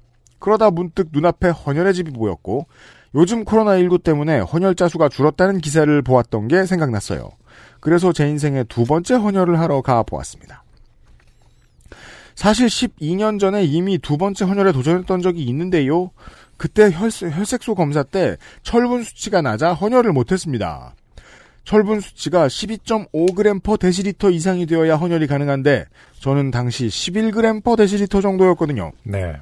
그러다 문득 눈앞에 헌혈의 집이 보였고 요즘 코로나19 때문에 헌혈자 수가 줄었다는 기사를 보았던 게 생각났어요. 그래서 제 인생의 두 번째 헌혈을 하러 가보았습니다. 사실 12년 전에 이미 두 번째 헌혈에 도전했던 적이 있는데요. 그때 혈색, 혈색소 검사 때 철분 수치가 낮아 헌혈을 못했습니다. 철분 수치가 12.5g per 데시리터 이상이 되어야 헌혈이 가능한데 저는 당시 11g per 데시리터 정도였거든요.
네.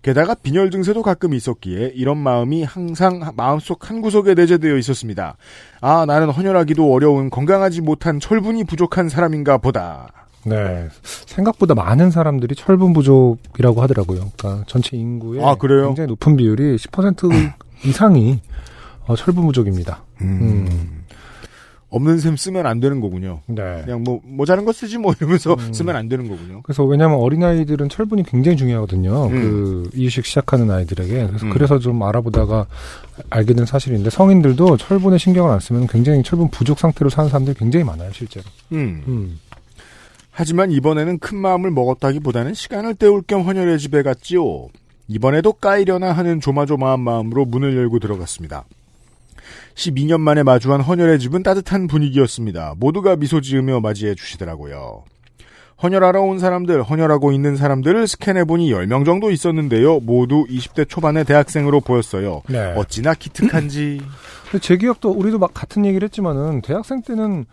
게다가 빈혈 증세도 가끔 있었기에 이런 마음이 항상 마음속 한구석에 내재되어 있었습니다. 아, 나는 헌혈하기도 어려운 건강하지 못한 철분이 부족한 사람인가 보다.
네. 생각보다 많은 사람들이 철분 부족이라고 하더라고요. 그러니까 전체 인구의
아, 그래요?
굉장히 높은 비율이 10% 이상이 어, 철분 부족입니다. 음.
없는 셈 쓰면 안 되는 거군요.
네.
그냥 뭐 모자른 거 쓰지 뭐 이러면서 쓰면 안 되는 거군요.
그래서 왜냐하면 어린아이들은 철분이 굉장히 중요하거든요.
음.
그 이유식 시작하는 아이들에게 그래서,
음.
그래서 좀 알아보다가 알게 된 사실인데 성인들도 철분에 신경을 안 쓰면 굉장히 철분 부족 상태로 사는 사람들이 굉장히 많아요, 실제로.
음.
음.
하지만 이번에는 큰 마음을 먹었다기보다는 시간을 때울 겸 헌혈의 집에 갔지요. 이번에도 까이려나 하는 조마조마한 마음으로 문을 열고 들어갔습니다. 12년 만에 마주한 헌혈의 집은 따뜻한 분위기였습니다. 모두가 미소 지으며 맞이해 주시더라고요. 헌혈하러 온 사람들, 헌혈하고 있는 사람들을 스캔해보니 10명 정도 있었는데요. 모두 20대 초반의 대학생으로 보였어요.
네.
어찌나 기특한지.
근데 제 기억도 우리도 막 같은 얘기를 했지만은 대학생 때는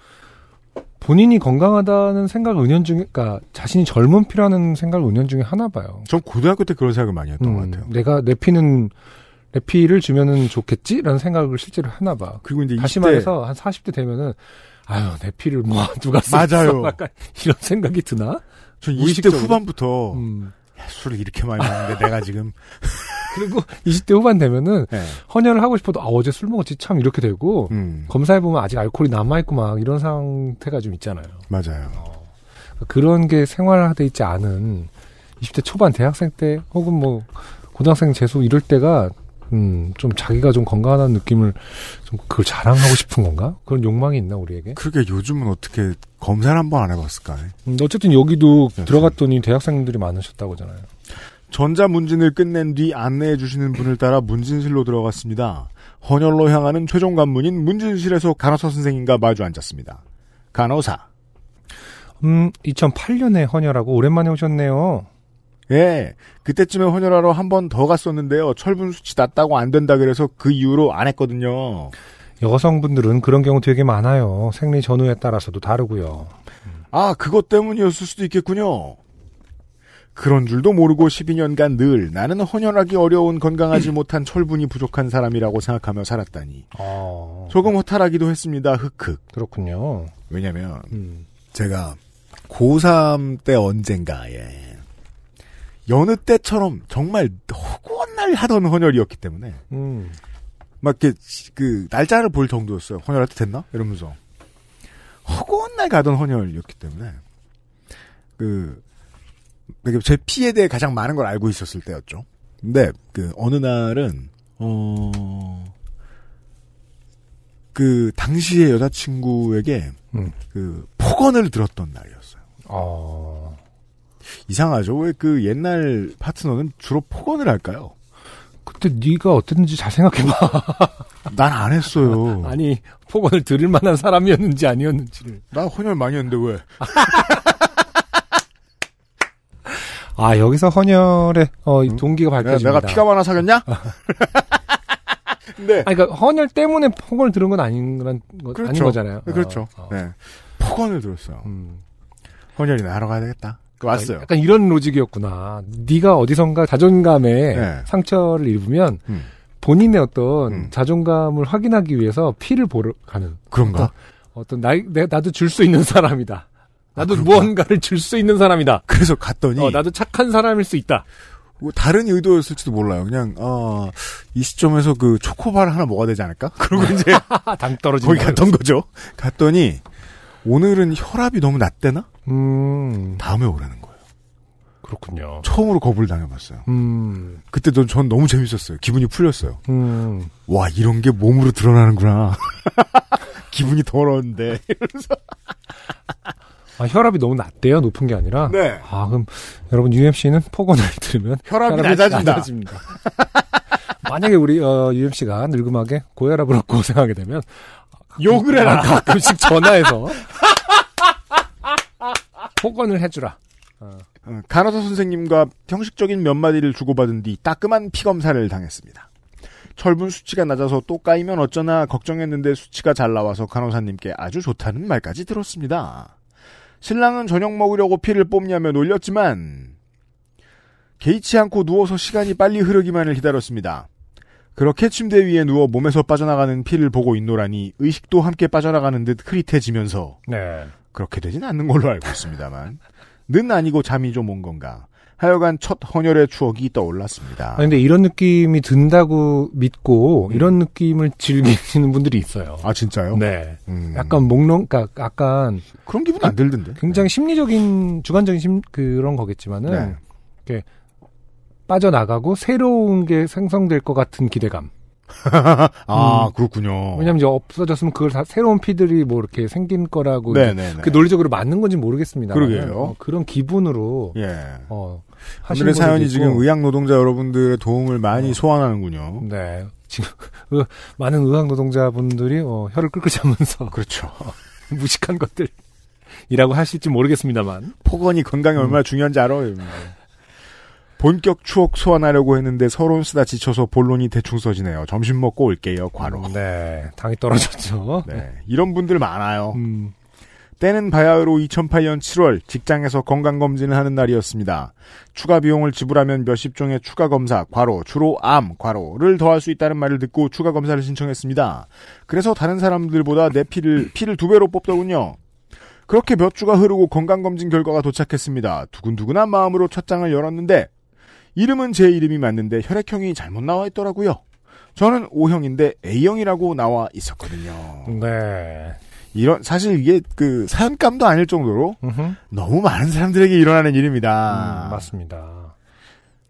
본인이 건강하다는 생각을 은연중에 그러니까 자신이 젊은 피라는 생각을 은연중에 하나 봐요.
전 고등학교 때 그런 생각을 많이 했던 것
음,
같아요.
내가 내 피는 내 피를 주면은 좋겠지라는 생각을 실제로 하나 봐.
그리고 이제
다시
20대
말해서 한 40대 되면은 아유 내 피를 뭐 누가 쓰
맞아요.
약간 이런 생각이 드나?
전 20대
무의식적으로.
후반부터
음.
야, 술을 이렇게 많이 마는데 내가 지금
그리고 20대 후반 되면은
네.
헌혈을 하고 싶어도 아 어제 술 먹었지 참 이렇게 되고
음,
검사해 보면 아직 알코올이 남아 있고 막 이런 상태가 좀 있잖아요. 그러니까
맞아요.
그런 게 생활화돼 있지 않은 20대 초반 대학생 때 혹은 뭐 고등학생 재수 이럴 때가 음, 좀 자기가 좀 건강하다는 느낌을 좀 그걸 자랑하고 싶은 건가? 그런 욕망이 있나 우리에게?
그러게 요즘은 어떻게 검사를 한번 안 해봤을까?
음, 어쨌든 여기도
네,
들어갔더니 대학생들이 많으셨다고잖아요.
전자 문진을 끝낸 뒤 안내해 주시는 분을 따라 문진실로 들어갔습니다. 헌혈로 향하는 최종 관문인 문진실에서 간호사 선생님과 마주 앉았습니다. 간호사.
음, 2008년에 헌혈하고 오랜만에 오셨네요.
예, 그때쯤에 헌혈하러 한 번 더 갔었는데요. 철분 수치 낮다고 안 된다 그래서 그 이후로 안 했거든요.
여성분들은 그런 경우 되게 많아요. 생리 전후에 따라서도 다르고요.
아, 그것 때문이었을 수도 있겠군요. 그런 줄도 모르고 12년간 늘 나는 헌혈하기 어려운 건강하지 못한 철분이 부족한 사람이라고 생각하며 살았다니.
아,
조금 허탈하기도 했습니다. 흑흑.
그렇군요.
왜냐면
음.
제가 고3 때 언젠가에 여느 때처럼 정말 허구한 날 하던 헌혈이었기 때문에
음.
막 이렇게 그 날짜를 볼 정도였어요. 헌혈할 때 됐나? 이러면서 허구한 날 가던 헌혈이었기 때문에 그 되게 제 피에 대해 가장 많은 걸 알고 있었을 때였죠. 근데 그 어느 날은 어그 그 당시의 여자친구에게
음.
그 폭언을 들었던 날이었어요.
아,
이상하죠. 왜 그 옛날 파트너는 주로 폭언을 할까요?
그때 네가 어땠는지 잘 생각해봐.
난 안 했어요.
음. 아니 폭언을 들을 만한 사람이었는지 아니었는지를
나 헌혈 많이 했는데 왜?
아 여기서 헌혈의 어, 이 동기가
네, 내가,
밝혀집니다.
내가 피가 많아 사겼냐? 네.
아니, 그러니까 헌혈 때문에 폭언을 들은 건 아닌 건
그렇죠.
아닌 거잖아요.
네, 그렇죠.
어, 어.
네. 폭언을 들었어요.
음.
헌혈이나 하러 가야 되겠다. 그 왔어요.
아, 약간 이런 로직이었구나. 네가 어디선가 자존감에
네.
상처를 입으면
음.
본인의 어떤
음.
자존감을 확인하기 위해서 피를 보러 가는
그런가?
어떤 나, 내, 나도 줄 수 있는 사람이다. 나도
아, 그렇구나.
무언가를 줄 수 있는 사람이다.
그래서 갔더니
어, 나도 착한 사람일 수 있다.
뭐 다른 의도였을지도 몰라요. 그냥 어, 이 시점에서 그 초코바를 하나 먹어야 되지 않을까? 그러고 이제
아, 당 떨어지는
거기 갔던 거죠. 갔더니 오늘은 혈압이 너무 낮대나?
음,
다음에 오라는 거예요.
그렇군요.
처음으로 겁을 당해봤어요.
음,
그때 전- 전 너무 재밌었어요. 기분이 풀렸어요.
음.
와 이런 게 몸으로 드러나는구나. 기분이 더러운데.
아, 혈압이 너무 낮대요? 높은 게 아니라?
네.
아, 그럼, 여러분, UMC는 폭언을 들으면.
혈압이 낮아진다.
낮아집니다. 만약에 우리, 어, UMC가 늙음하게 고혈압으로 고생하게 되면. 아,
욕을 해라.
가끔씩 전화해서. 폭언을 해주라.
어, 간호사 선생님과 형식적인 몇 마디를 주고받은 뒤 따끔한 피검사를 당했습니다. 철분 수치가 낮아서 또 까이면 어쩌나 걱정했는데 수치가 잘 나와서 간호사님께 아주 좋다는 말까지 들었습니다. 신랑은 저녁 먹으려고 피를 뽑냐며 놀렸지만 개의치 않고 누워서 시간이 빨리 흐르기만을 기다렸습니다. 그렇게 침대 위에 누워 몸에서 빠져나가는 피를 보고 있노라니 의식도 함께 빠져나가는 듯 흐릿해지면서
네.
그렇게 되진 않는 걸로 알고 있습니다만 는 아니고 잠이 좀 온 건가 하여간 첫 헌혈의 추억이 떠올랐습니다.
아, 근데 이런 느낌이 든다고 믿고, 이런 느낌을 즐기시는 분들이 있어요.
아 진짜요?
네.
음.
약간 목론, 그니까, 약간,
그런 기분 안 들던데.
굉장히 심리적인 주관적인 심, 그런 거겠지만은
네.
이렇게 빠져나가고 새로운 게 생성될 것 같은 기대감
아,
음.
그렇군요.
왜냐면 이제 없어졌으면 그걸 다 새로운 피들이 뭐 이렇게 생긴 거라고 이제
네네네.
그 논리적으로 맞는 건지 모르겠습니다.
그러게요.
그런 기분으로
예.
어, 하시는
오늘의
분들도
사연이
있고. 어.
지금 의학 노동자 여러분들의 도움을 많이 소환하는군요.
네 지금 으, 많은 의학 노동자분들이 어, 혀를 끌끌 자면서
그렇죠.
무식한 것들이라고 하실지 모르겠습니다만
폭언이
음.
건강에 얼마나 중요한지 알아요. 여러분. 본격 추억 소환하려고 했는데 서론 쓰다 지쳐서 본론이 대충 써지네요. 점심 먹고 올게요. 과로.
네 당이 떨어졌죠.
네. 이런 분들 많아요.
음,
때는 바야흐로 2008년 7월 직장에서 건강검진을 하는 날이었습니다. 추가 비용을 지불하면 몇십 종의 추가 검사, 과로, 주로 암, 과로를 더할 수 있다는 말을 듣고 추가 검사를 신청했습니다. 그래서 다른 사람들보다 내 피를, 피를 두 배로 뽑더군요. 그렇게 몇 주가 흐르고 건강검진 결과가 도착했습니다. 두근두근한 마음으로 첫 장을 열었는데, 이름은 제 이름이 맞는데 혈액형이 잘못 나와 있더라고요. 저는 O형인데 A형이라고 나와 있었거든요.
네.
이런 사실 이게 그 사연감도 아닐 정도로
음흠. 음,
너무 많은 사람들에게 일어나는 일입니다.
맞습니다.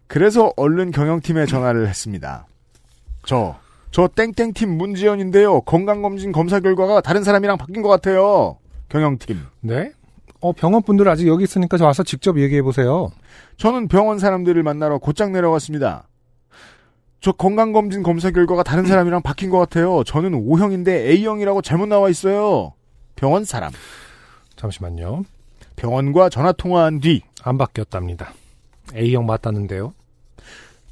그래서 얼른 경영팀에 전화를 했습니다. 저, 저 땡땡팀 문지연인데요. 건강검진 검사 결과가 다른 사람이랑 바뀐 것 같아요. 경영팀.
네. 어, 병원 분들 아직 여기 있으니까 저 와서 직접 얘기해 보세요.
저는 병원 사람들을 만나러 곧장 내려갔습니다. 저 건강검진 검사 결과가 다른 사람이랑 바뀐 것 같아요. 저는 O형인데 A형이라고 잘못 나와 있어요. 병원 사람.
잠시만요.
병원과 전화 통화한 뒤
안 바뀌었답니다. A형 맞다는데요.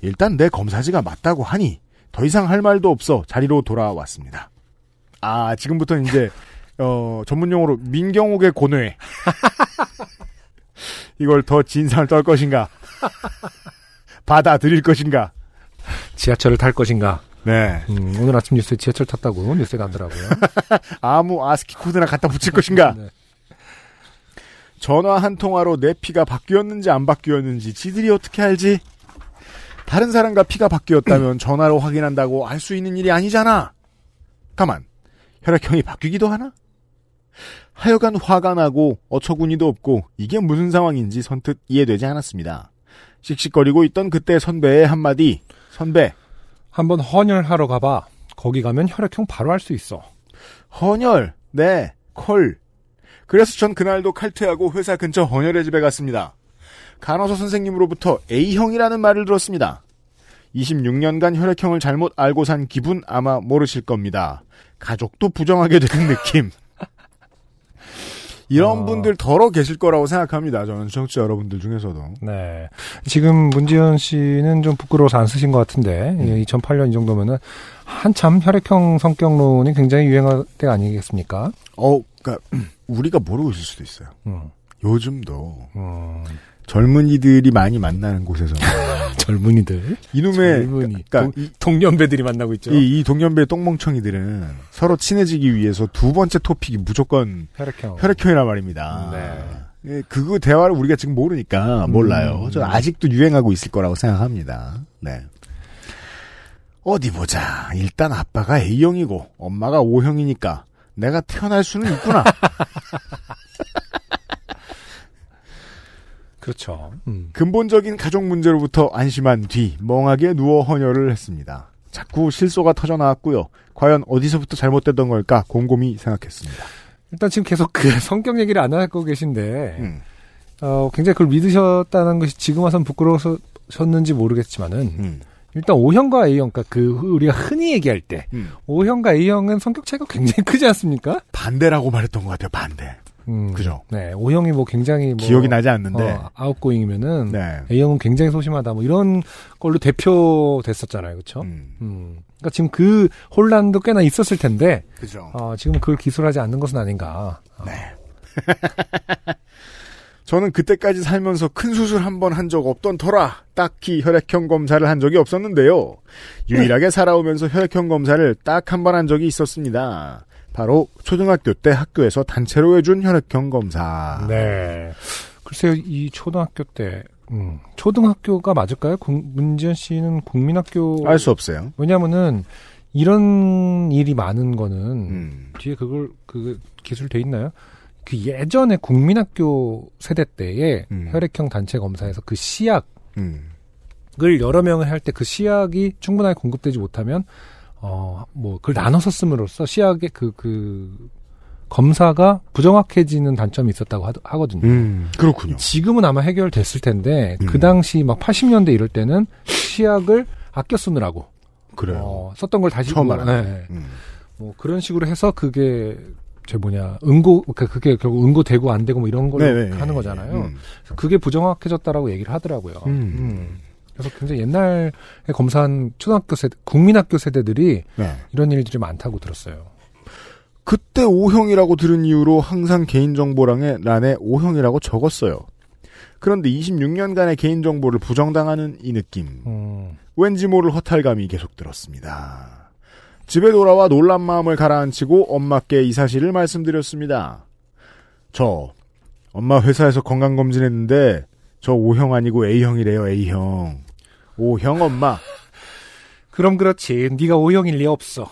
일단 내 검사지가 맞다고 하니 더 이상 할 말도 없어 자리로 돌아왔습니다. 아 지금부터 이제 어, 전문 용어로 민경욱의 고뇌 이걸 더 진상을 떨 것인가 받아들일 것인가
지하철을 탈 것인가?
네
음, 오늘 아침 뉴스에 지하철 탔다고 뉴스에 나더라고요.
아무 아스키 코드나 갖다 붙일 것인가
네.
전화 한 통화로 내 피가 바뀌었는지 안 바뀌었는지 지들이 어떻게 알지? 다른 사람과 피가 바뀌었다면 전화로 확인한다고 알 수 있는 일이 아니잖아. 가만. 혈액형이 바뀌기도 하나? 하여간 화가 나고 어처구니도 없고 이게 무슨 상황인지 선뜻 이해되지 않았습니다. 씩씩거리고 있던 그때 선배의 한마디. 선배,
한번 헌혈하러 가봐. 거기 가면 혈액형 바로 할 수 있어.
헌혈, 네, 콜. 그래서 전 그날도 칼퇴하고 회사 근처 헌혈의 집에 갔습니다. 간호사 선생님으로부터 A형이라는 말을 들었습니다. 26년간 혈액형을 잘못 알고 산 기분 아마 모르실 겁니다. 가족도 부정하게 되는 느낌. 이런
아.
분들 더러 계실 거라고 생각합니다. 저는 청취자 여러분들 중에서도.
네. 지금 문지연 씨는 좀 부끄러워서 안 쓰신 것 같은데, 2008년 이 정도면은 한참 혈액형 성격론이 굉장히 유행할 때 아니겠습니까?
어, 그러니까 우리가 모르고 있을 수도 있어요.
음,
요즘도
음,
젊은이들이 많이 만나는 곳에서
젊은이들.
이놈의
젊은이.
그러니까
동- 동년배들이 만나고 있죠.
이, 이 동년배 똥멍청이들은 서로 친해지기 위해서 두 번째 토픽이 무조건
혈액형.
혈액형이란 말입니다.
네.
예, 그거 대화를 우리가 지금 모르니까
음.
몰라요. 저 아직도 유행하고 있을 거라고 생각합니다. 네. 어디 보자. 일단 아빠가 A형이고 엄마가 O형이니까 내가 태어날 수는 있구나.
그렇죠. 음.
근본적인 가족 문제로부터 안심한 뒤 멍하게 누워 헌혈을 했습니다. 자꾸 실소가 터져 나왔고요. 과연 어디서부터 잘못됐던 걸까 곰곰이 생각했습니다.
일단 지금 계속 그 성격 얘기를 안 하고 계신데,
음.
어, 굉장히 그걸 믿으셨다는 것이 지금 와선 부끄러우셨는지 모르겠지만은,
음.
일단 O형과 A형, 그러니까 그, 흔- 우리가 흔히 얘기할 때,
음.
O형과 A형은 성격 차이가 굉장히 크지 않습니까?
반대라고 말했던 것 같아요. 반대.
음,
그죠.
네, O형이 뭐 굉장히 뭐,
기억이 나지 않는데.
어, 아웃고잉이면은,
네.
A형은 굉장히 소심하다, 뭐 이런 걸로 대표됐었잖아요. 그쵸? 음.
음.
그러니까 지금 그 혼란도 꽤나 있었을 텐데,
그죠.
어, 지금 그걸 기술하지 않는 것은 아닌가.
저는 그때까지 살면서 큰 수술 한 번 한 적 없던 터라 딱히 혈액형 검사를 한 적이 없었는데요. 유일하게 살아오면서 혈액형 검사를 딱 한 번 한 적이 있었습니다. 바로 초등학교 때 학교에서 단체로 해준 혈액형 검사.
네. 글쎄요, 이 초등학교 때, 음, 초등학교가 맞을까요? 국- 문지연 씨는 국민학교.
알 수 없어요.
왜냐면은, 이런 일이 많은 거는,
음.
뒤에 그걸, 그, 기술돼 있나요? 그 예전에 국민학교 세대 때에
음.
혈액형 단체 검사에서 그 시약을
음.
여러 명을 할 때 그 시약이 충분하게 공급되지 못하면, 어, 뭐, 그걸 나눠서 씀으로써 시약의 그, 그, 검사가 부정확해지는 단점이 있었다고 하, 거든요
음, 그렇군요.
지금은 아마 해결됐을 텐데,
음.
그 당시 막 80년대 이럴 때는 시약을 아껴 쓰느라고,
그래요.
어, 썼던 걸 다시.
처음
뭐,
알아요.
네.
음.
뭐 그런 식으로 해서 그게, 제 뭐냐, 응고, 그러니까 그게 결국 응고되고 안 되고 뭐 이런 걸
네, 네,
하는
네,
거잖아요.
음.
그래서 그게 부정확해졌다라고 얘기를 하더라고요.
음.
음. 그래서 굉장히 옛날에 검사한 초등학교 세대, 국민학교 세대들이
네.
이런 일들이 많다고 들었어요.
그때 O형이라고 들은 이유로 항상 개인정보랑에 란에 O형이라고 적었어요. 그런데 26년간의 개인정보를 부정당하는 이 느낌.
음,
왠지 모를 허탈감이 계속 들었습니다. 집에 돌아와 놀란 마음을 가라앉히고 엄마께 이 사실을 말씀드렸습니다. 저, 엄마 회사에서 건강검진했는데, 저 O형 아니고 A형이래요, A형. O형 엄마.
그럼 그렇지. 네가 오형일 리 없어.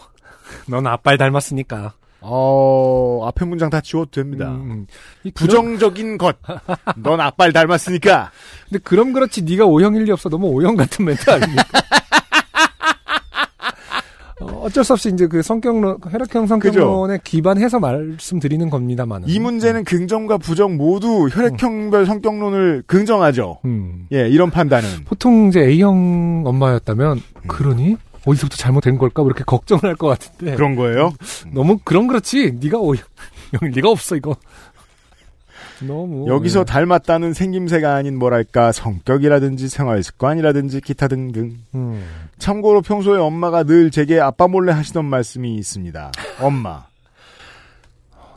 넌 아빠를 닮았으니까.
어, 앞에 문장 다 지워도 됩니다.
음, 이 그럼-
부정적인 것. 넌 아빠를 닮았으니까.
근데 그럼 그렇지. 네가 오형일 리 없어. 너무 오형 같은 멘트 아닙니까? 어, 어쩔 수 없이 이제 그 성격론, 혈액형 성격론에 기반해서 말씀드리는 겁니다만.
이 문제는 긍정과 부정 모두 혈액형별 성격론을 긍정하죠.
음.
예, 이런 판단은.
보통 이제 A형 엄마였다면
음.
그러니 어디서부터 잘못된 걸까 뭐 이렇게 걱정을 할 것 같은데
그런 거예요?
너무 그런 그렇지 네가 O형 네가 없어 이거 너무
여기서 닮았다는 생김새가 아닌 뭐랄까 성격이라든지 생활 습관이라든지 기타 등등.
음.
참고로 평소에 엄마가 늘 제게 아빠 몰래 하시던 말씀이 있습니다. 엄마.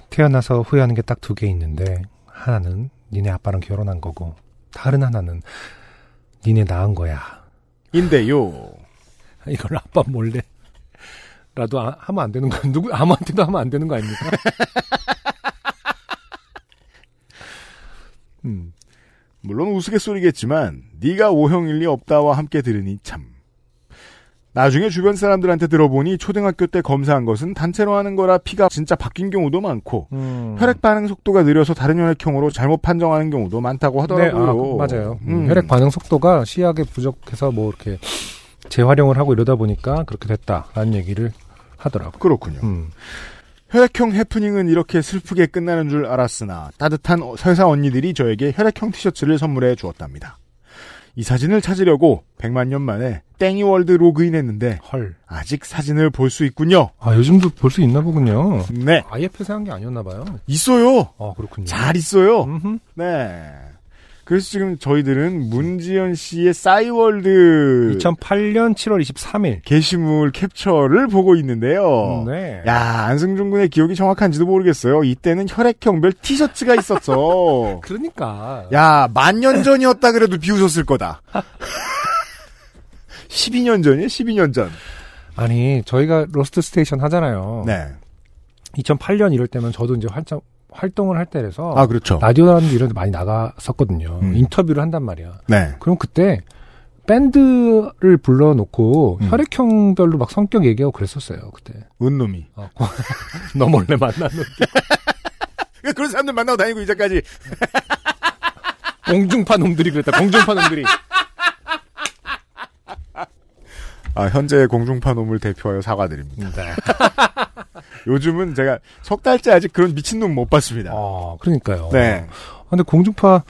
태어나서 후회하는 게 딱 두 개 있는데 하나는 니네 아빠랑 결혼한 거고 다른 하나는 니네 낳은 거야
인데요.
이걸 아빠 몰래 라도 아- 하면 안 되는 거 누구 아무한테도 하면 안 되는 거 아닙니까? 음.
물론 우스갯소리겠지만 네가 오형일리 없다와 함께 들으니 참. 나중에 주변 사람들한테 들어보니 초등학교 때 검사한 것은 단체로 하는 거라 피가 진짜 바뀐 경우도 많고
음.
혈액 반응 속도가 느려서 다른 혈액형으로 잘못 판정하는 경우도 많다고 하더라고요.
네, 아, 그- 맞아요.
음.
혈액 반응 속도가 시약에 부족해서 뭐 이렇게 재활용을 하고 이러다 보니까 그렇게 됐다라는 얘기를 하더라고.
그렇군요.
음.
혈액형 해프닝은 이렇게 슬프게 끝나는 줄 알았으나 따뜻한 어- 회사 언니들이 저에게 혈액형 티셔츠를 선물해 주었답니다. 이 사진을 찾으려고 100만 년 만에 땡이월드 로그인했는데
헐.
아직 사진을 볼 수 있군요.
아 요즘도 볼 수 있나 보군요.
네.
아예 폐쇄한 게 아니었나 봐요.
있어요.
아 그렇군요.
잘 있어요.
음흠.
네. 그래서 지금 저희들은 문지연 씨의
그
싸이월드
2008년 7월 23일.
게시물 캡처를 보고 있는데요.
네.
야, 안승준 군의 기억이 정확한지도 모르겠어요. 이때는 혈액형별 티셔츠가 있었어.
그러니까.
야, 만 년 전이었다 그래도 비웃었을 거다. 12년 전이에요, 12년 전.
아니 저희가 로스트 스테이션 하잖아요.
네.
2008년 이럴 때면 저도 이제 활짝 활동을 할 때라서
아, 그렇죠.
라디오라는 이런 데 많이 나갔었거든요.
음.
인터뷰를 한단 말이야.
네.
그럼 그때 밴드를 불러놓고
음.
혈액형별로 막 성격 얘기하고 그랬었어요 그때.
은놈이.
어, 고- 너 몰래 만났는
그런 사람들 만나고 다니고 이제까지.
공중파 놈들이 그랬다. 공중파 놈들이.
아, 현재의 공중파 놈을 대표하여 사과드립니다.
네.
요즘은 제가 석 달째 아직 그런 미친놈 못 봤습니다.
아 그러니까요.
네.
아, 근데 공중파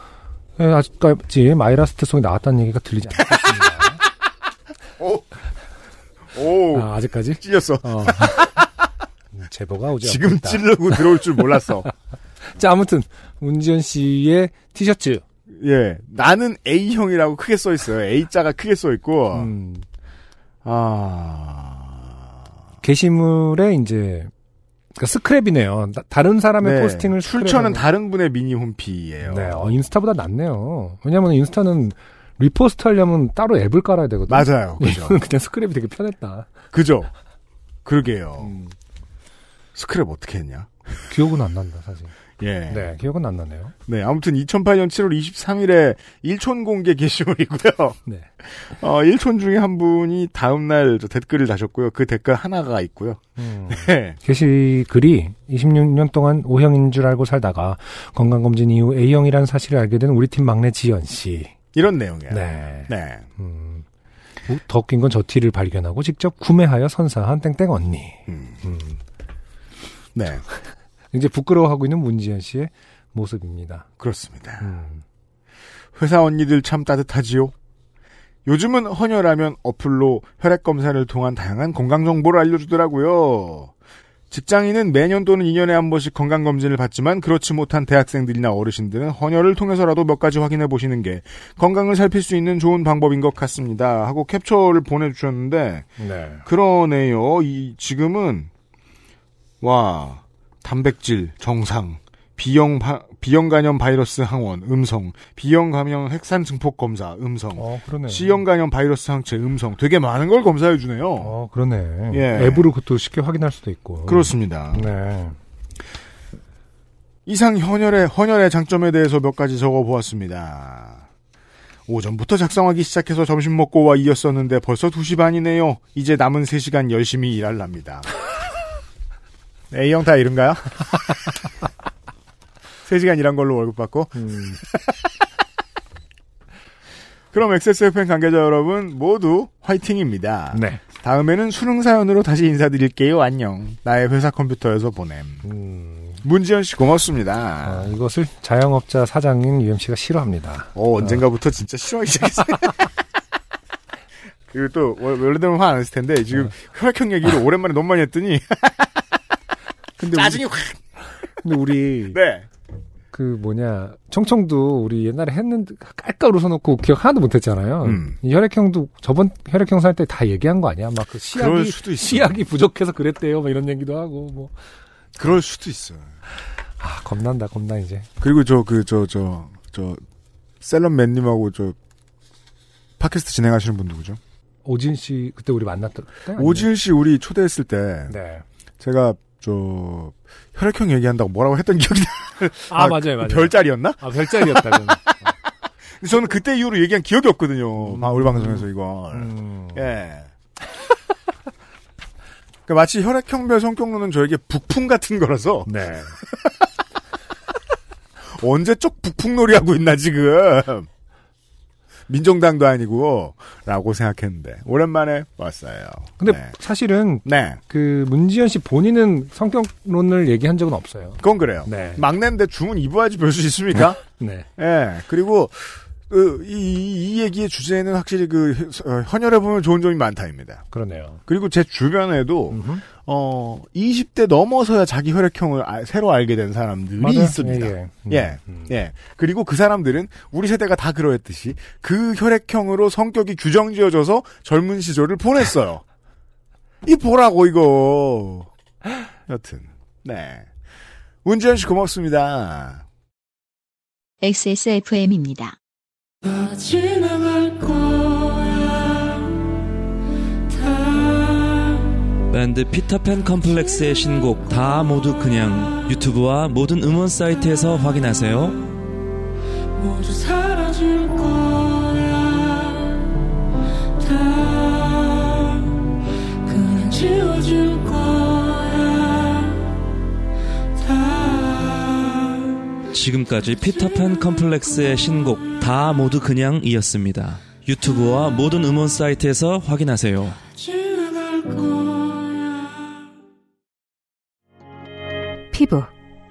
에, 아직까지 마이라스트 송이 나왔다는 얘기가 들리지 않습니다.
오. 오.
아, 아직까지?
찔렸어.
어. 음, 제보가 오지
지금
않겠다.
찔르고 들어올 줄 몰랐어.
자 아무튼 문지연 씨의 티셔츠.
예. 나는 A형이라고 크게 써 있어요. A자가 크게 써 있고.
음,
아.
게시물에 이제 그러니까 스크랩이네요. 나- 다른 사람의
네.
포스팅을
출처는
스크랩하고.
다른 분의 미니 홈피예요.
네, 어, 인스타보다 낫네요. 왜냐면 인스타는 리포스트 하려면 따로 앱을 깔아야 되거든요.
맞아요. 그죠.
이거는 그냥 스크랩이 되게 편했다.
그죠. 그러게요.
음.
스크랩 어떻게 했냐?
기억은 안 난다, 사실.
예. 네.
네, 기억은 안 나네요.
아무튼 2008년 7월 23일에 일촌 공개 게시물이고요.
네.
어, 일촌 중에 한 분이 다음날 저 댓글을 다셨고요. 그 댓글 하나가 있고요.
음.
네.
게시글이 26년 동안 O형인 줄 알고 살다가 건강검진 이후 A형이라는 사실을 알게 된 우리 팀 막내 지연 씨.
이런 내용이에요.
네.
네.
음. 더 웃긴 건 저 티를 발견하고 직접 구매하여 선사한 땡땡 언니.
음.
음.
네,
이제 부끄러워하고 있는 문지연 씨의 모습입니다.
그렇습니다.
음.
회사 언니들 참 따뜻하지요. 요즘은 헌혈하면 어플로 혈액 검사를 통한 다양한 건강 정보를 알려주더라고요. 직장인은 매년 또는 2년에 한 번씩 건강 검진을 받지만 그렇지 못한 대학생들이나 어르신들은 헌혈을 통해서라도 몇 가지 확인해 보시는 게 건강을 살필 수 있는 좋은 방법인 것 같습니다. 하고 캡처를 보내주셨는데
네.
그러네요. 이 지금은 와 단백질 정상 비형 바- 비형 간염 바이러스 항원 음성 비형 감염 핵산 증폭 검사 음성
어, 그러네.
C형 간염 바이러스 항체 음성 되게 많은 걸 검사해 주네요.
어, 그러네.
예.
앱으로 그것도 쉽게 확인할 수도 있고.
그렇습니다.
네.
이상 헌혈의 헌혈의 장점에 대해서 몇 가지 적어 보았습니다. 오전부터 작성하기 시작해서 점심 먹고 와 이었었는데 벌써 2시 반이네요. 이제 남은 3시간 열심히 일할랍니다. A형 다 이런가요? 3시간 일한 걸로 월급 받고. 그럼 XSFM 관계자 여러분 모두 화이팅입니다.
네.
다음에는 수능 사연으로 다시 인사드릴게요. 안녕. 나의 회사 컴퓨터에서 보냄.
음,
문지연 씨 고맙습니다.
아, 이것을 자영업자 사장인 UMC가 싫어합니다.
어, 언젠가부터 진짜 싫어하기 시작했어요. 그리고 또, 원- 원래대로 화 안 했을 텐데, 지금 혈액형 얘기를 오랜만에 너무 많이 했더니,
근데
짜증이 확!
근데 우리
네.
그 뭐냐 청청도 우리 옛날에 했는데 깔깔 웃어놓고 기억 하나도 못했잖아요.
음.
이 혈액형도 저번 혈액형 살 때 다 얘기한 거 아니야? 막 그
그럴
시약이
수도 있어요.
시약이 부족해서 그랬대요. 막 이런 얘기도 하고 뭐 아
그럴 수도 있어요.
겁난다 겁나 이제
그리고 저, 그, 저, 저, 저, 셀럽맨님하고 저, 팟캐스트 진행하시는 분 누구죠?
오진 씨 그때 우리 만났던 때 아니에요?
오지은 씨 우리 초대했을 때,
네.
제가, 저, 혈액형 얘기한다고 뭐라고 했던 기억이 나.
아,
아,
맞아요 맞아요.
별자리였나?
아 별자리였다. 그건.
근데 저는 그때 이후로 얘기한 기억이 없거든요.
음.
마- 우리 방송에서 이걸.
음.
예. 그 마치 혈액형별 성격론은 저에게 북풍 같은 거라서
네.
언제 쪽 북풍놀이 하고 있나 지금 민정당도 아니고 라고 생각했는데 오랜만에 왔어요.
근데
네.
사실은
네,
그 문지연 씨 본인은 성격론을 얘기한 적은 없어요.
그건 그래요.
네.
막내인데 주문 입어야지 별 수 있습니까?
네.
예. 그리고 그, 이, 이- 이 얘기의 주제는 확실히 그 헌혈해 보면 좋은 점이 많다입니다.
그러네요.
그리고 제 주변에도
음흠.
어 20대 넘어서야 자기 혈액형을 아- 새로 알게 된 사람들이
맞아요.
있습니다.
예, 예. 음,
예.
음.
예. 그리고 그 사람들은 우리 세대가 다 그러했듯이 그 혈액형으로 성격이 규정지어져서 젊은 시절을 보냈어요. 이 보라고 이거. 여튼 네. 문지연 씨 고맙습니다.
XSFM입니다.
다 지나갈 거야 다
밴드 피터팬 컴플렉스의 신곡 다 모두 그냥 유튜브와 모든 음원 사이트에서 확인하세요.
모두 사라질 거야 다 그냥 지워질 거야 다
지금까지 피터팬 컴플렉스의 신곡 다 모두 그냥이었습니다. 유튜브와 모든 음원 사이트에서 확인하세요.
지나갈 거야
피부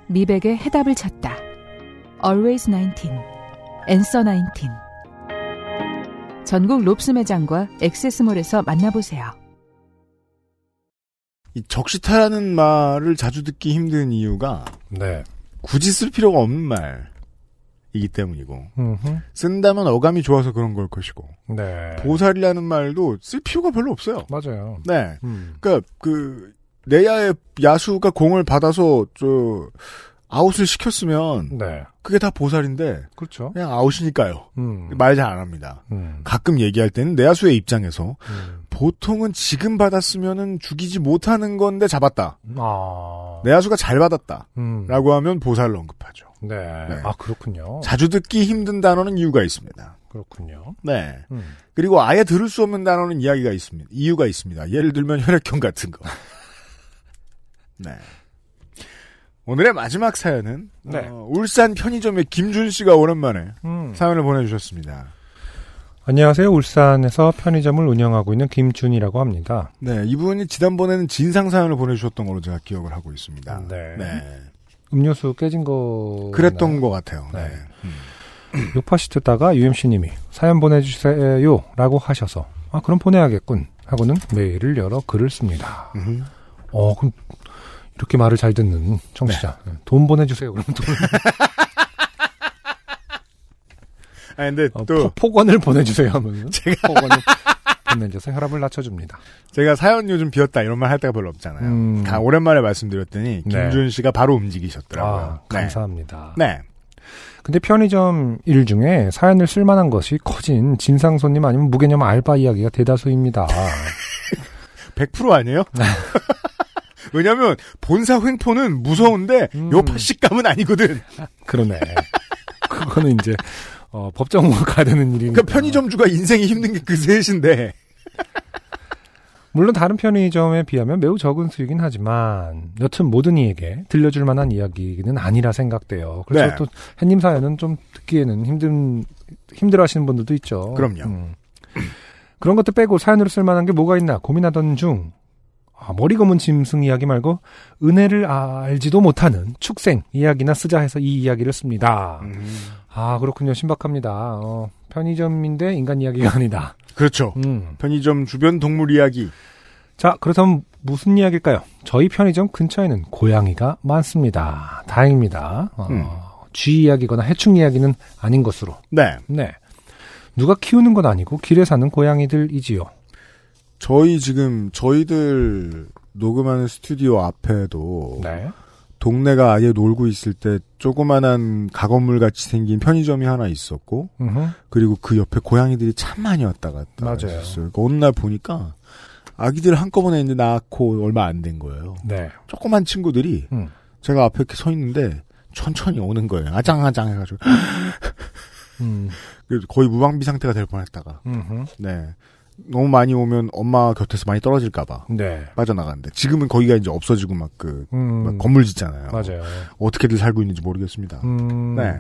미백의 해답을 찾다. Always 19, Answer 19. 전국 롭스 매장과 액세스몰에서 만나보세요.
이 적시타라는 말을 자주 듣기 힘든 이유가
네.
굳이 쓸 필요가 없는 말이기 때문이고
음흠.
쓴다면 어감이 좋아서 그런 걸 것이고
네.
보살이라는 말도 쓸 필요가 별로 없어요.
맞아요.
네.
음.
그러니까 그 레야의 야수가 공을 받아서 저 아웃을 시켰으면
네.
그게 다 보살인데
그렇죠.
그냥 아웃이니까요.
음.
말 잘 안 합니다.
음.
가끔 얘기할 때는 내야수의 입장에서
음.
보통은 지금 받았으면은 죽이지 못하는 건데 잡았다.
아.
내야수가 잘 받았다.
음.
네. 라고 하면 보살을 언급하죠.
네.
네.
아, 그렇군요.
자주 듣기 힘든 단어는 이유가 있습니다.
그렇군요.
네.
음.
그리고 아예 들을 수 없는 단어는 이야기가 있습니다. 이유가 있습니다. 예를 들면 혈액형 같은 거. 네. 오늘의 마지막 사연은
네.
어, 울산 편의점의 김준 씨가 오랜만에
음.
사연을 보내주셨습니다.
안녕하세요. 울산에서 편의점을 운영하고 있는 김준이라고 합니다.
네, 이분이 지난번에는 진상 사연을 보내주셨던 걸로 제가 기억을 하고 있습니다.
네.
네.
음료수 깨진 거
그랬던 것 같아요. 네.
네. 요파시 듣다가 UMC님이 사연 보내주세요 라고 하셔서 아 그럼 보내야겠군 하고는 메일을 열어 글을 씁니다.
음.
어 그럼 이렇게 말을 잘 듣는 청취자
네.
돈 보내주세요 그러면 돈
아 근데
어,
또
포, 폭언을 보내주세요 하면 제가 폭언을 보내줘서 혈압을 낮춰줍니다.
제가 사연 요즘 비었다 이런 말 할 때가 별로 없잖아요.
음. 네.
다 오랜만에 말씀드렸더니 김준 씨가 바로 움직이셨더라고요.
아,
네.
감사합니다.
네.
근데 편의점 일 중에 사연을 쓸만한 것이 커진 진상 손님 아니면 무개념 알바 이야기가 대다수입니다.
100% 아니에요? 왜냐면 본사 횡포는 무서운데
음.
요파식감은 아니거든. 그러니까
그러네. 그거는 이제 어, 법정으로 가야 되는 일이니까.
그러니까 편의점주가 인생이 힘든 게 그 셋인데.
물론 다른 편의점에 비하면 매우 적은 수익인 하지만 여튼 모든 이에게 들려줄 만한 이야기는 아니라 생각돼요. 그래서
네.
또 햇님 사연은 좀 듣기에는 힘든 힘들어하시는 분들도 있죠.
그럼요.
음. 그런 것도 빼고 사연으로 쓸 만한 게 뭐가 있나 고민하던 중 아, 머리 검은 짐승 이야기 말고 은혜를 알지도 못하는 축생 이야기나 쓰자 해서 이 이야기를 씁니다.
음.
아 그렇군요. 신박합니다. 어, 편의점인데 인간 이야기가 아니다.
그렇죠.
음.
편의점 주변 동물 이야기.
자, 그렇다면 무슨 이야기일까요? 저희 편의점 근처에는 고양이가 많습니다. 다행입니다. 어,
음.
쥐 이야기거나 해충 이야기는 아닌 것으로.
네.
네. 누가 키우는 건 아니고 길에 사는 고양이들이지요.
저희 지금 저희들 녹음하는 스튜디오 앞에도
네.
동네가 아예 놀고 있을 때 조그만한 가건물 같이 생긴 편의점이 하나 있었고
음흠.
그리고 그 옆에 고양이들이 참 많이 왔다 갔다
맞아요.
했었어요. 그 어느 날 보니까 아기들 한꺼번에 이제 낳고 얼마 안 된 거예요.
네.
조그만 친구들이
음.
제가 앞에 이렇게 서 있는데 천천히 오는 거예요. 아장아장 해가지고
음.
그래서 거의 무방비 상태가 될 뻔했다가
음흠.
네 너무 많이 오면 엄마 곁에서 많이 떨어질까봐
네.
빠져나가는데 지금은 거기가 이제 없어지고 막 그
음.
건물 짓잖아요.
맞아요.
어떻게들 살고 있는지 모르겠습니다.
음.
네.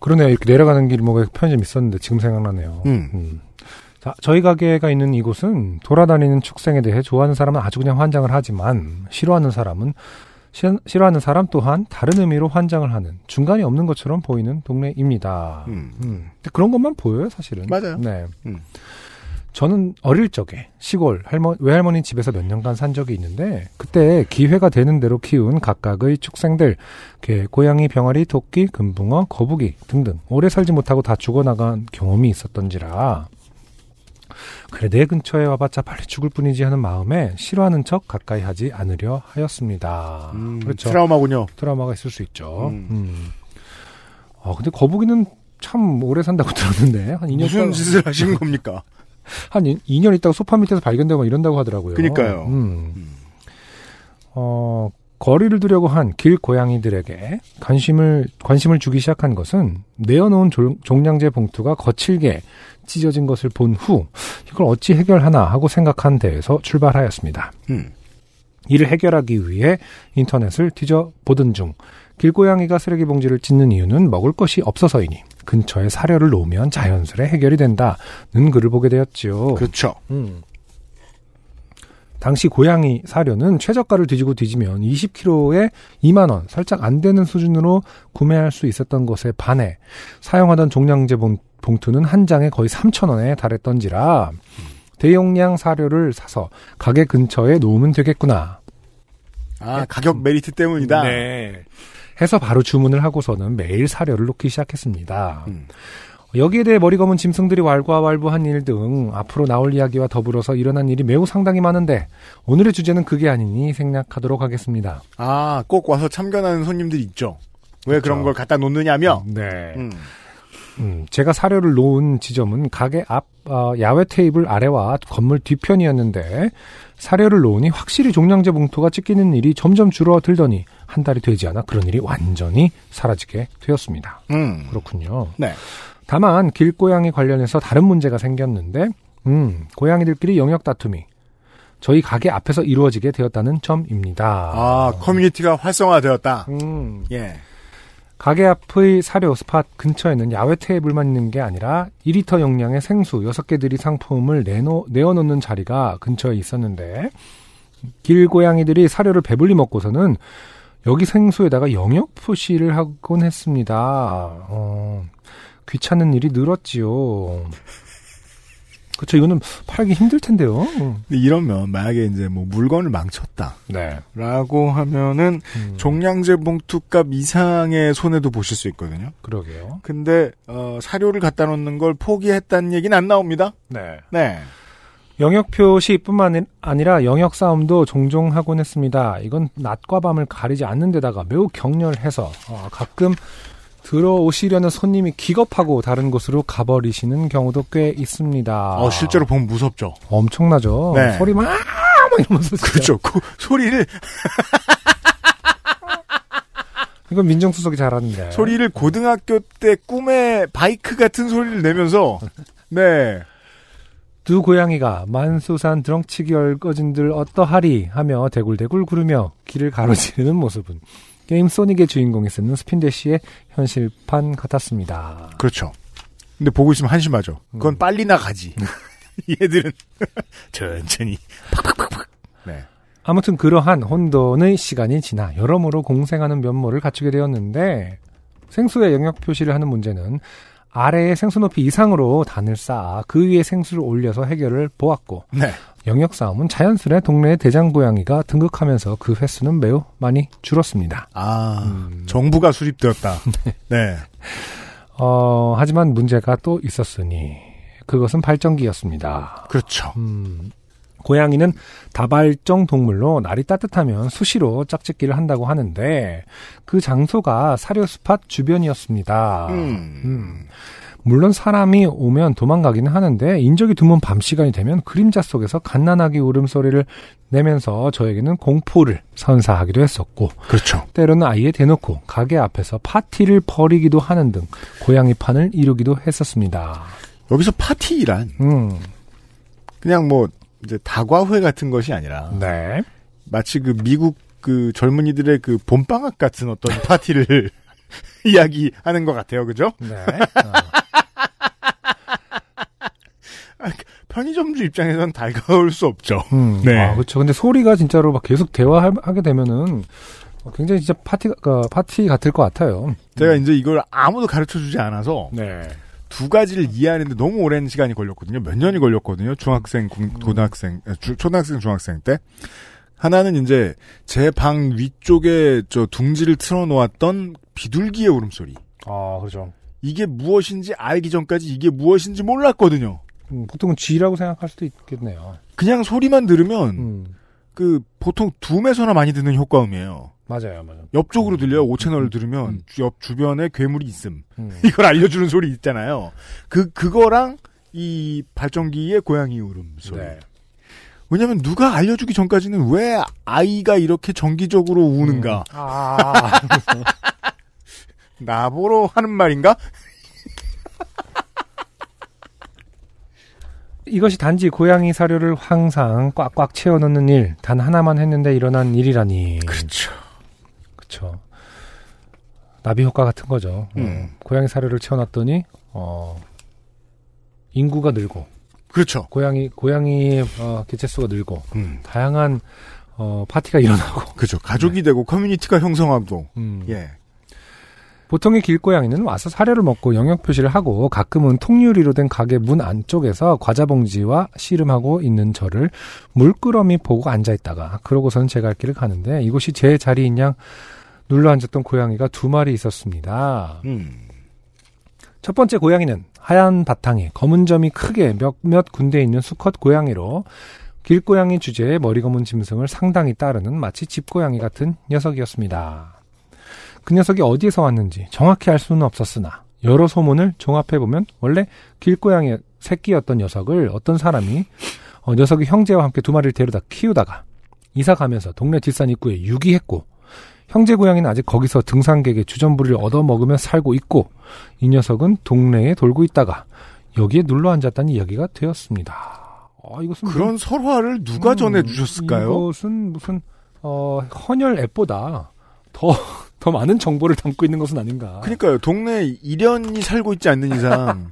그러네요. 이렇게 내려가는 길이 뭐가 편의점 있었는데 지금 생각나네요.
음.
자, 저희 가게가 있는 이곳은 돌아다니는 축생에 대해 좋아하는 사람은 아주 그냥 환장을 하지만 싫어하는 사람은 시- 싫어하는 사람 또한 다른 의미로 환장을 하는 중간이 없는 것처럼 보이는 동네입니다.
음.
음. 근데 그런 것만 보여요, 사실은.
맞아요.
네.
음.
저는 어릴 적에 시골 할머, 외할머니 집에서 몇 년간 산 적이 있는데 그때 기회가 되는 대로 키운 각각의 축생들 개, 고양이, 병아리, 토끼, 금붕어, 거북이 등등 오래 살지 못하고 다 죽어나간 경험이 있었던지라 그래 내 근처에 와봤자 빨리 죽을 뿐이지 하는 마음에 싫어하는 척 가까이 하지 않으려 하였습니다.
음,
그렇죠.
트라우마군요.
드라마가 있을 수 있죠.
음.
음. 아, 근데 거북이는 참 오래 산다고 들었는데 한 2년
무슨
있다가,
짓을 하신 겁니까?
한 2년 있다가 소파 밑에서 발견되고 막 이런다고 하더라고요.
그니까요.
음.
음.
어, 거리를 두려고 한 길 고양이들에게 관심을 관심을 주기 시작한 것은 내어놓은 종- 종량제 봉투가 거칠게 찢어진 것을 본 후 이걸 어찌 해결하나 하고 생각한 데에서 출발하였습니다.
음.
이를 해결하기 위해 인터넷을 뒤져보던 중 길고양이가 쓰레기 봉지를 찢는 이유는 먹을 것이 없어서이니 근처에 사료를 놓으면 자연스레 해결이 된다는 글을 보게 되었지요.
그렇죠.
음. 당시 고양이 사료는 최저가를 뒤지고 뒤지면 20kg에 2만 원, 살짝 안 되는 수준으로 구매할 수 있었던 것에 반해 사용하던 종량제 봉- 봉투는 한 장에 거의 3천 원에 달했던지라 대용량 사료를 사서 가게 근처에 놓으면 되겠구나
아, 가격 메리트 때문이다.
네. 해서 바로 주문을 하고서는 매일 사료를 놓기 시작했습니다.
음.
여기에 대해 머리 검은 짐승들이 왈가왈부한 일 등 앞으로 나올 이야기와 더불어서 일어난 일이 매우 상당히 많은데 오늘의 주제는 그게 아니니 생략하도록 하겠습니다.
아, 꼭 와서 참견하는 손님들 있죠. 왜 그런
그렇죠.
걸 갖다 놓느냐며.
네.
음.
음, 제가 사료를 놓은 지점은 가게 앞 어, 야외 테이블 아래와 건물 뒤편이었는데 사료를 놓으니 확실히 종량제 봉투가 찢기는 일이 점점 줄어들더니 한 달이 되지 않아 그런 일이 완전히 사라지게 되었습니다.
음.
그렇군요.
네.
다만 길고양이 관련해서 다른 문제가 생겼는데 음, 고양이들끼리 영역 다툼이 저희 가게 앞에서 이루어지게 되었다는 점입니다.
아, 커뮤니티가 활성화되었다.
음,
아, 예.
가게 앞의 사료 스팟 근처에는 야외 테이블만 있는 게 아니라 2리터 용량의 생수 6개 들이 상품을 내놓, 내어놓는 자리가 근처에 있었는데 길고양이들이 사료를 배불리 먹고서는 여기 생수에다가 영역 표시를 하곤 했습니다. 어, 귀찮은 일이 늘었지요. 그렇죠. 이거는 팔기 힘들 텐데요. 음.
근데 이러면 만약에 이제 뭐 물건을 망쳤다.
네.
라고 하면은 종량제 봉투값 이상의 손해도 보실 수 있거든요.
그러게요.
근데 어, 사료를 갖다 놓는 걸 포기했다는 얘기는 안 나옵니다.
네.
네.
영역 표시뿐만 아니- 아니라 영역 싸움도 종종 하곤 했습니다. 이건 낮과 밤을 가리지 않는 데다가 매우 격렬해서 어, 가끔 들어오시려는 손님이 기겁하고 다른 곳으로 가버리시는 경우도 꽤 있습니다.
어, 실제로 보면 무섭죠.
엄청나죠.
네.
소리 막, 막 이러면서 진짜.
그렇죠. 그 소리를
이건 민정수석이 잘하는데.
소리를 고등학교 때 꿈에 바이크 같은 소리를 내면서 네.
두 고양이가 만수산 드렁치기 열거진들 어떠하리 하며 대굴대굴 구르며 길을 가로지르는 모습은 게임 소닉의 주인공이 쓰는 스핀데시의 현실판 같았습니다.
그렇죠. 근데 보고 있으면 한심하죠. 그건 빨리 나가지. 얘들은 음. 네. 천천히 팍팍팍팍. 네.
아무튼 그러한 혼돈의 시간이 지나 여러모로 공생하는 면모를 갖추게 되었는데 생수의 영역 표시를 하는 문제는 아래의 생수 높이 이상으로 단을 쌓아 그 위에 생수를 올려서 해결을 보았고
네.
영역 싸움은 자연스레 동네의 대장 고양이가 등극하면서 그 횟수는 매우 많이 줄었습니다.
아, 정부가 수립되었다. 네.
어, 하지만 문제가 또 있었으니 그것은 발전기였습니다.
그렇죠.
음, 고양이는 다발정 동물로 날이 따뜻하면 수시로 짝짓기를 한다고 하는데 그 장소가 사료 스팟 주변이었습니다.
음.
음. 물론 사람이 오면 도망가기는 하는데 인적이 드문 밤 시간이 되면 그림자 속에서 갓난아기 울음소리를 내면서 저에게는 공포를 선사하기도 했었고
그렇죠.
때로는 아예 대놓고 가게 앞에서 파티를 벌이기도 하는 등 고양이 판을 이루기도 했었습니다.
여기서 파티란
음,
그냥 뭐 이제 다과회 같은 것이 아니라
네.
마치 그 미국 그 젊은이들의 그 봄방학 같은 어떤 파티를 이야기하는 것 같아요. 그죠?
네.
편의점주 입장에선 달가울 수 없죠.
음,
네.
아, 그렇죠. 근데 소리가 진짜로 막 계속 대화하게 되면은 굉장히 진짜 파티 가 파티 같을 것 같아요.
제가 이제 이걸 아무도 가르쳐 주지 않아서
네.
두 가지를 이해하는데 너무 오랜 시간이 걸렸거든요. 몇 년이 걸렸거든요. 중학생, 군- 고등학생, 에, 주- 초등학생, 중학생 때. 하나는 이제 제 방 위쪽에 저 둥지를 틀어놓았던 비둘기의 울음소리.
아, 그렇죠.
이게 무엇인지 알기 전까지 이게 무엇인지 몰랐거든요.
음, 보통은 쥐라고 생각할 수도 있겠네요.
그냥 소리만 들으면
음,
그 보통 둠에서나 많이 듣는 효과음이에요.
맞아요, 맞아요.
옆쪽으로 들려요. 5채널을 들으면 주- 옆 주변에 괴물이 있음.
음,
이걸 알려주는 소리 있잖아요. 그 그거랑 이 발전기의 고양이 울음 소리.
네.
왜냐면 누가 알려주기 전까지는 왜 아이가 이렇게 정기적으로 우는가?
아,
음. 나보러 하는 말인가?
이것이 단지 고양이 사료를 항상 꽉꽉 채워넣는 일 단 하나만 했는데 일어난 일이라니.
그렇죠.
그렇죠. 나비 효과 같은 거죠. 어,
음.
고양이 사료를 채워놨더니 어, 인구가 늘고
그렇죠.
고양이 고양이의 어, 개체수가 늘고
음.
다양한 어, 파티가 일어나고.
그렇죠. 가족이 되고 커뮤니티가 형성하고.
음.
예.
보통의 길고양이는 와서 사료를 먹고 영역 표시를 하고 가끔은 통유리로 된 가게 문 안쪽에서 과자 봉지와 씨름하고 있는 저를 물끄러미 보고 앉아 있다가 그러고선 제갈 길을 가는데 이곳이 제 자리인 양 눌러 앉았던 고양이가 두 마리 있었습니다.
음.
첫 번째 고양이는 하얀 바탕에 검은 점이 크게 몇몇 군데 있는 수컷 고양이로 길고양이 주제에 머리 검은 짐승을 상당히 따르는 마치 집고양이 같은 녀석이었습니다. 그 녀석이 어디에서 왔는지 정확히 알 수는 없었으나 여러 소문을 종합해보면 원래 길고양이 새끼였던 녀석을 어떤 사람이 어, 녀석이 형제와 함께 두 마리를 데려다 키우다가 이사 가면서 동네 뒷산 입구에 유기했고 형제 고양이는 아직 거기서 등산객의 주전부리를 얻어먹으며 살고 있고 이 녀석은 동네에 돌고 있다가 여기에 눌러 앉았다는 이야기가 되었습니다. 아, 이것은
그런 설화를 누가
음,
전해주셨을까요?
이것은 무슨 어, 헌혈 앱보다 더 더 더 많은 정보를 담고 있는 것은 아닌가.
그러니까요. 동네 이련이 살고 있지 않는 이상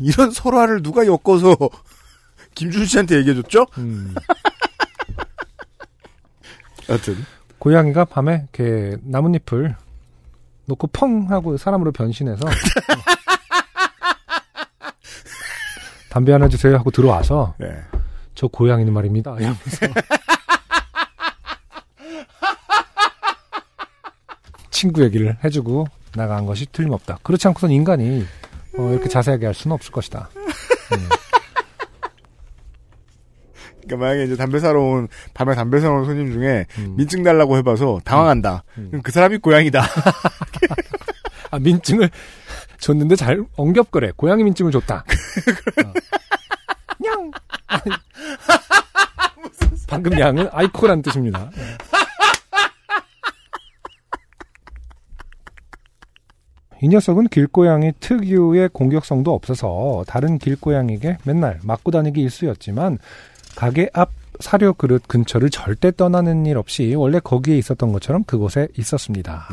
이런 설화를 누가 엮어서 김준 씨한테 얘기해줬죠?
음.
하여튼
고양이가 밤에 이렇게 나뭇잎을 놓고 펑 하고 사람으로 변신해서 담배 하나 주세요 하고 들어와서
네.
저 고양이는 말입니다. 이러면서 친구 얘기를 해주고 나간 것이 틀림없다. 그렇지 않고선 인간이 어, 이렇게 자세하게 할 수는 없을 것이다.
그러니까 만약에 이제 담배 사러 온 밤에 담배 사러 온 손님 중에
음.
민증 달라고 해봐서 당황한다.
음.
그럼 그 사람이 고양이다.
아, 민증을 줬는데 잘 엉겹거래. 고양이 민증을 줬다. 어. 냥! 아니. 방금 양은 아이코란 뜻입니다. 네. 이 녀석은 길고양이 특유의 공격성도 없어서 다른 길고양이에게 맨날 맞고 다니기 일쑤였지만 가게 앞 사료 그릇 근처를 절대 떠나는 일 없이 원래 거기에 있었던 것처럼 그곳에 있었습니다.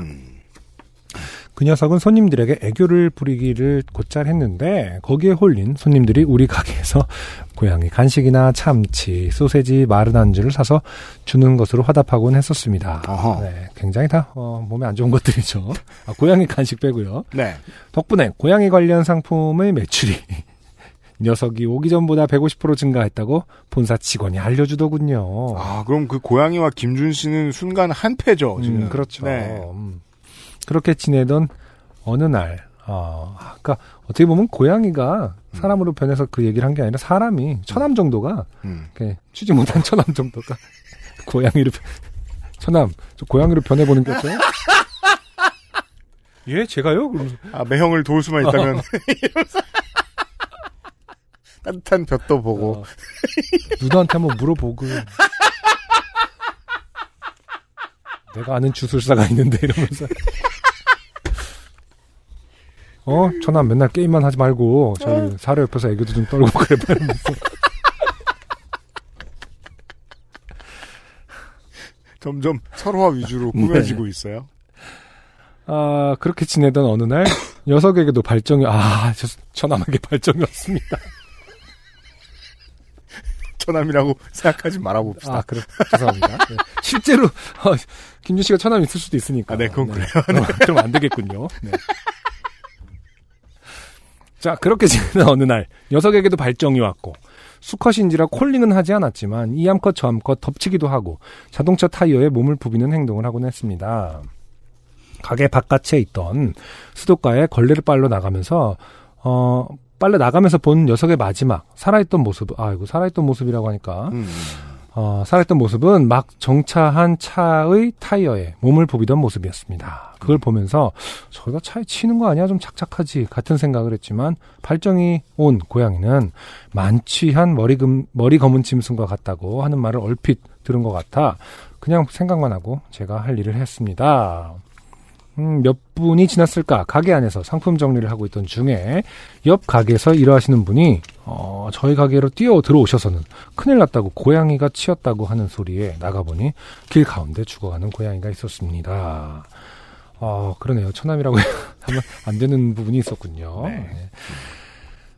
그 녀석은 손님들에게 애교를 부리기를 곧잘 했는데 거기에 홀린 손님들이 우리 가게에서 고양이 간식이나 참치, 소세지, 마른 안주를 사서 주는 것으로 화답하곤 했었습니다.
어허.
네, 굉장히 다 어, 몸에 안 좋은 것들이죠. 아, 고양이 간식 빼고요.
네.
덕분에 고양이 관련 상품의 매출이 녀석이 오기 전보다 150% 증가했다고 본사 직원이 알려주더군요.
아 그럼 그 고양이와 김준 씨는 순간 한패죠. 지금.
음, 그렇죠.
네.
음. 그렇게 지내던 어느 날, 어, 아까 어떻게 보면 고양이가 사람으로 변해서 그 얘기를 한 게 아니라 사람이 처남 정도가
음.
이렇게 취지 못한 처남 정도가 고양이로 변- 처남 저 고양이로 변해보는 게 어때요? 예, 제가요? 그러면서
아 매형을 도울 수만 있다면 이러면서 따뜻한 볕도 보고
어, 누나한테 한번 물어보고 내가 아는 주술사가 있는데 이러면서 어 천안 맨날 게임만 하지 말고 저희 사료 옆에서 애교도 좀 떨고 그래 봐 이러면서
점점 설화 위주로 꾸며지고 있어요.
아 그렇게 지내던 어느 날 녀석에게도 발정이 아 저, 천안에게 발정이 없습니다
처남이라고 생각하지 말아봅시다.
아 그래 죄송합니다 네. 실제로 어, 김준 씨가 천안 있을 수도 있으니까
아, 네, 그건 그래요.
어, 그럼 안 되겠군요. 네. 자, 그렇게 지내는 어느 날, 녀석에게도 발정이 왔고, 수컷인지라 콜링은 하지 않았지만, 이 암컷 저 암컷 덮치기도 하고, 자동차 타이어에 몸을 부비는 행동을 하곤 했습니다. 가게 바깥에 있던 수도가에 걸레를 빨러 나가면서, 어, 빨래 나가면서 본 녀석의 마지막, 살아있던 모습, 아이고, 살아있던 모습이라고 하니까,
음.
어, 살아있던 모습은 막 정차한 차의 타이어에 몸을 부비던 모습이었습니다. 그걸 보면서 저러다 차에 치는 거 아니야? 좀 착착하지. 같은 생각을 했지만 발정이 온 고양이는 만취한 머리금, 머리 검은 짐승과 같다고 하는 말을 얼핏 들은 것 같아 그냥 생각만 하고 제가 할 일을 했습니다. 음, 몇 분이 지났을까? 가게 안에서 상품 정리를 하고 있던 중에 옆 가게에서 일하시는 분이 어, 저희 가게로 뛰어 들어오셔서는 큰일 났다고 고양이가 치였다고 하는 소리에 나가보니 길 가운데 죽어가는 고양이가 있었습니다. 어, 그러네요. 처남이라고 하면 안 되는 부분이 있었군요. 네.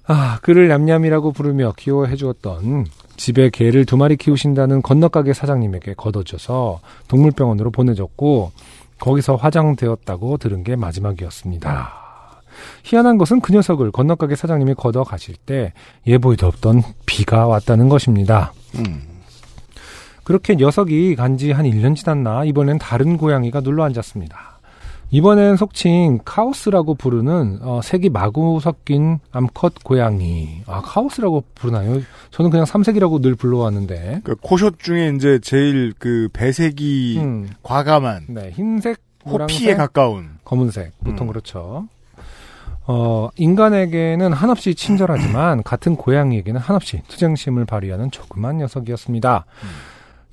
아, 그를 냠냠이라고 부르며 귀여워해 주었던 집에 개를 두 마리 키우신다는 건너가게 사장님에게 걷어줘서 동물병원으로 보내졌고 거기서 화장되었다고 들은 게 마지막이었습니다. 희한한 것은 그 녀석을 건너가게 사장님이 걷어 가실 때 예보에도 없던 비가 왔다는 것입니다.
음.
그렇게 녀석이 간 지 한 1년 지났나 이번엔 다른 고양이가 눌러 앉았습니다. 이번엔 속칭 카오스라고 부르는 어, 색이 마구 섞인 암컷 고양이. 아 카오스라고 부르나요? 저는 그냥 삼색이라고 늘 불러왔는데.
그 코숏 중에 이제 제일 그 배색이
음,
과감한
네 흰색,
호피에
노란색,
가까운
검은색 보통
음.
그렇죠. 어, 인간에게는 한없이 친절하지만 같은 고양이에게는 한없이 투쟁심을 발휘하는 조그만 녀석이었습니다.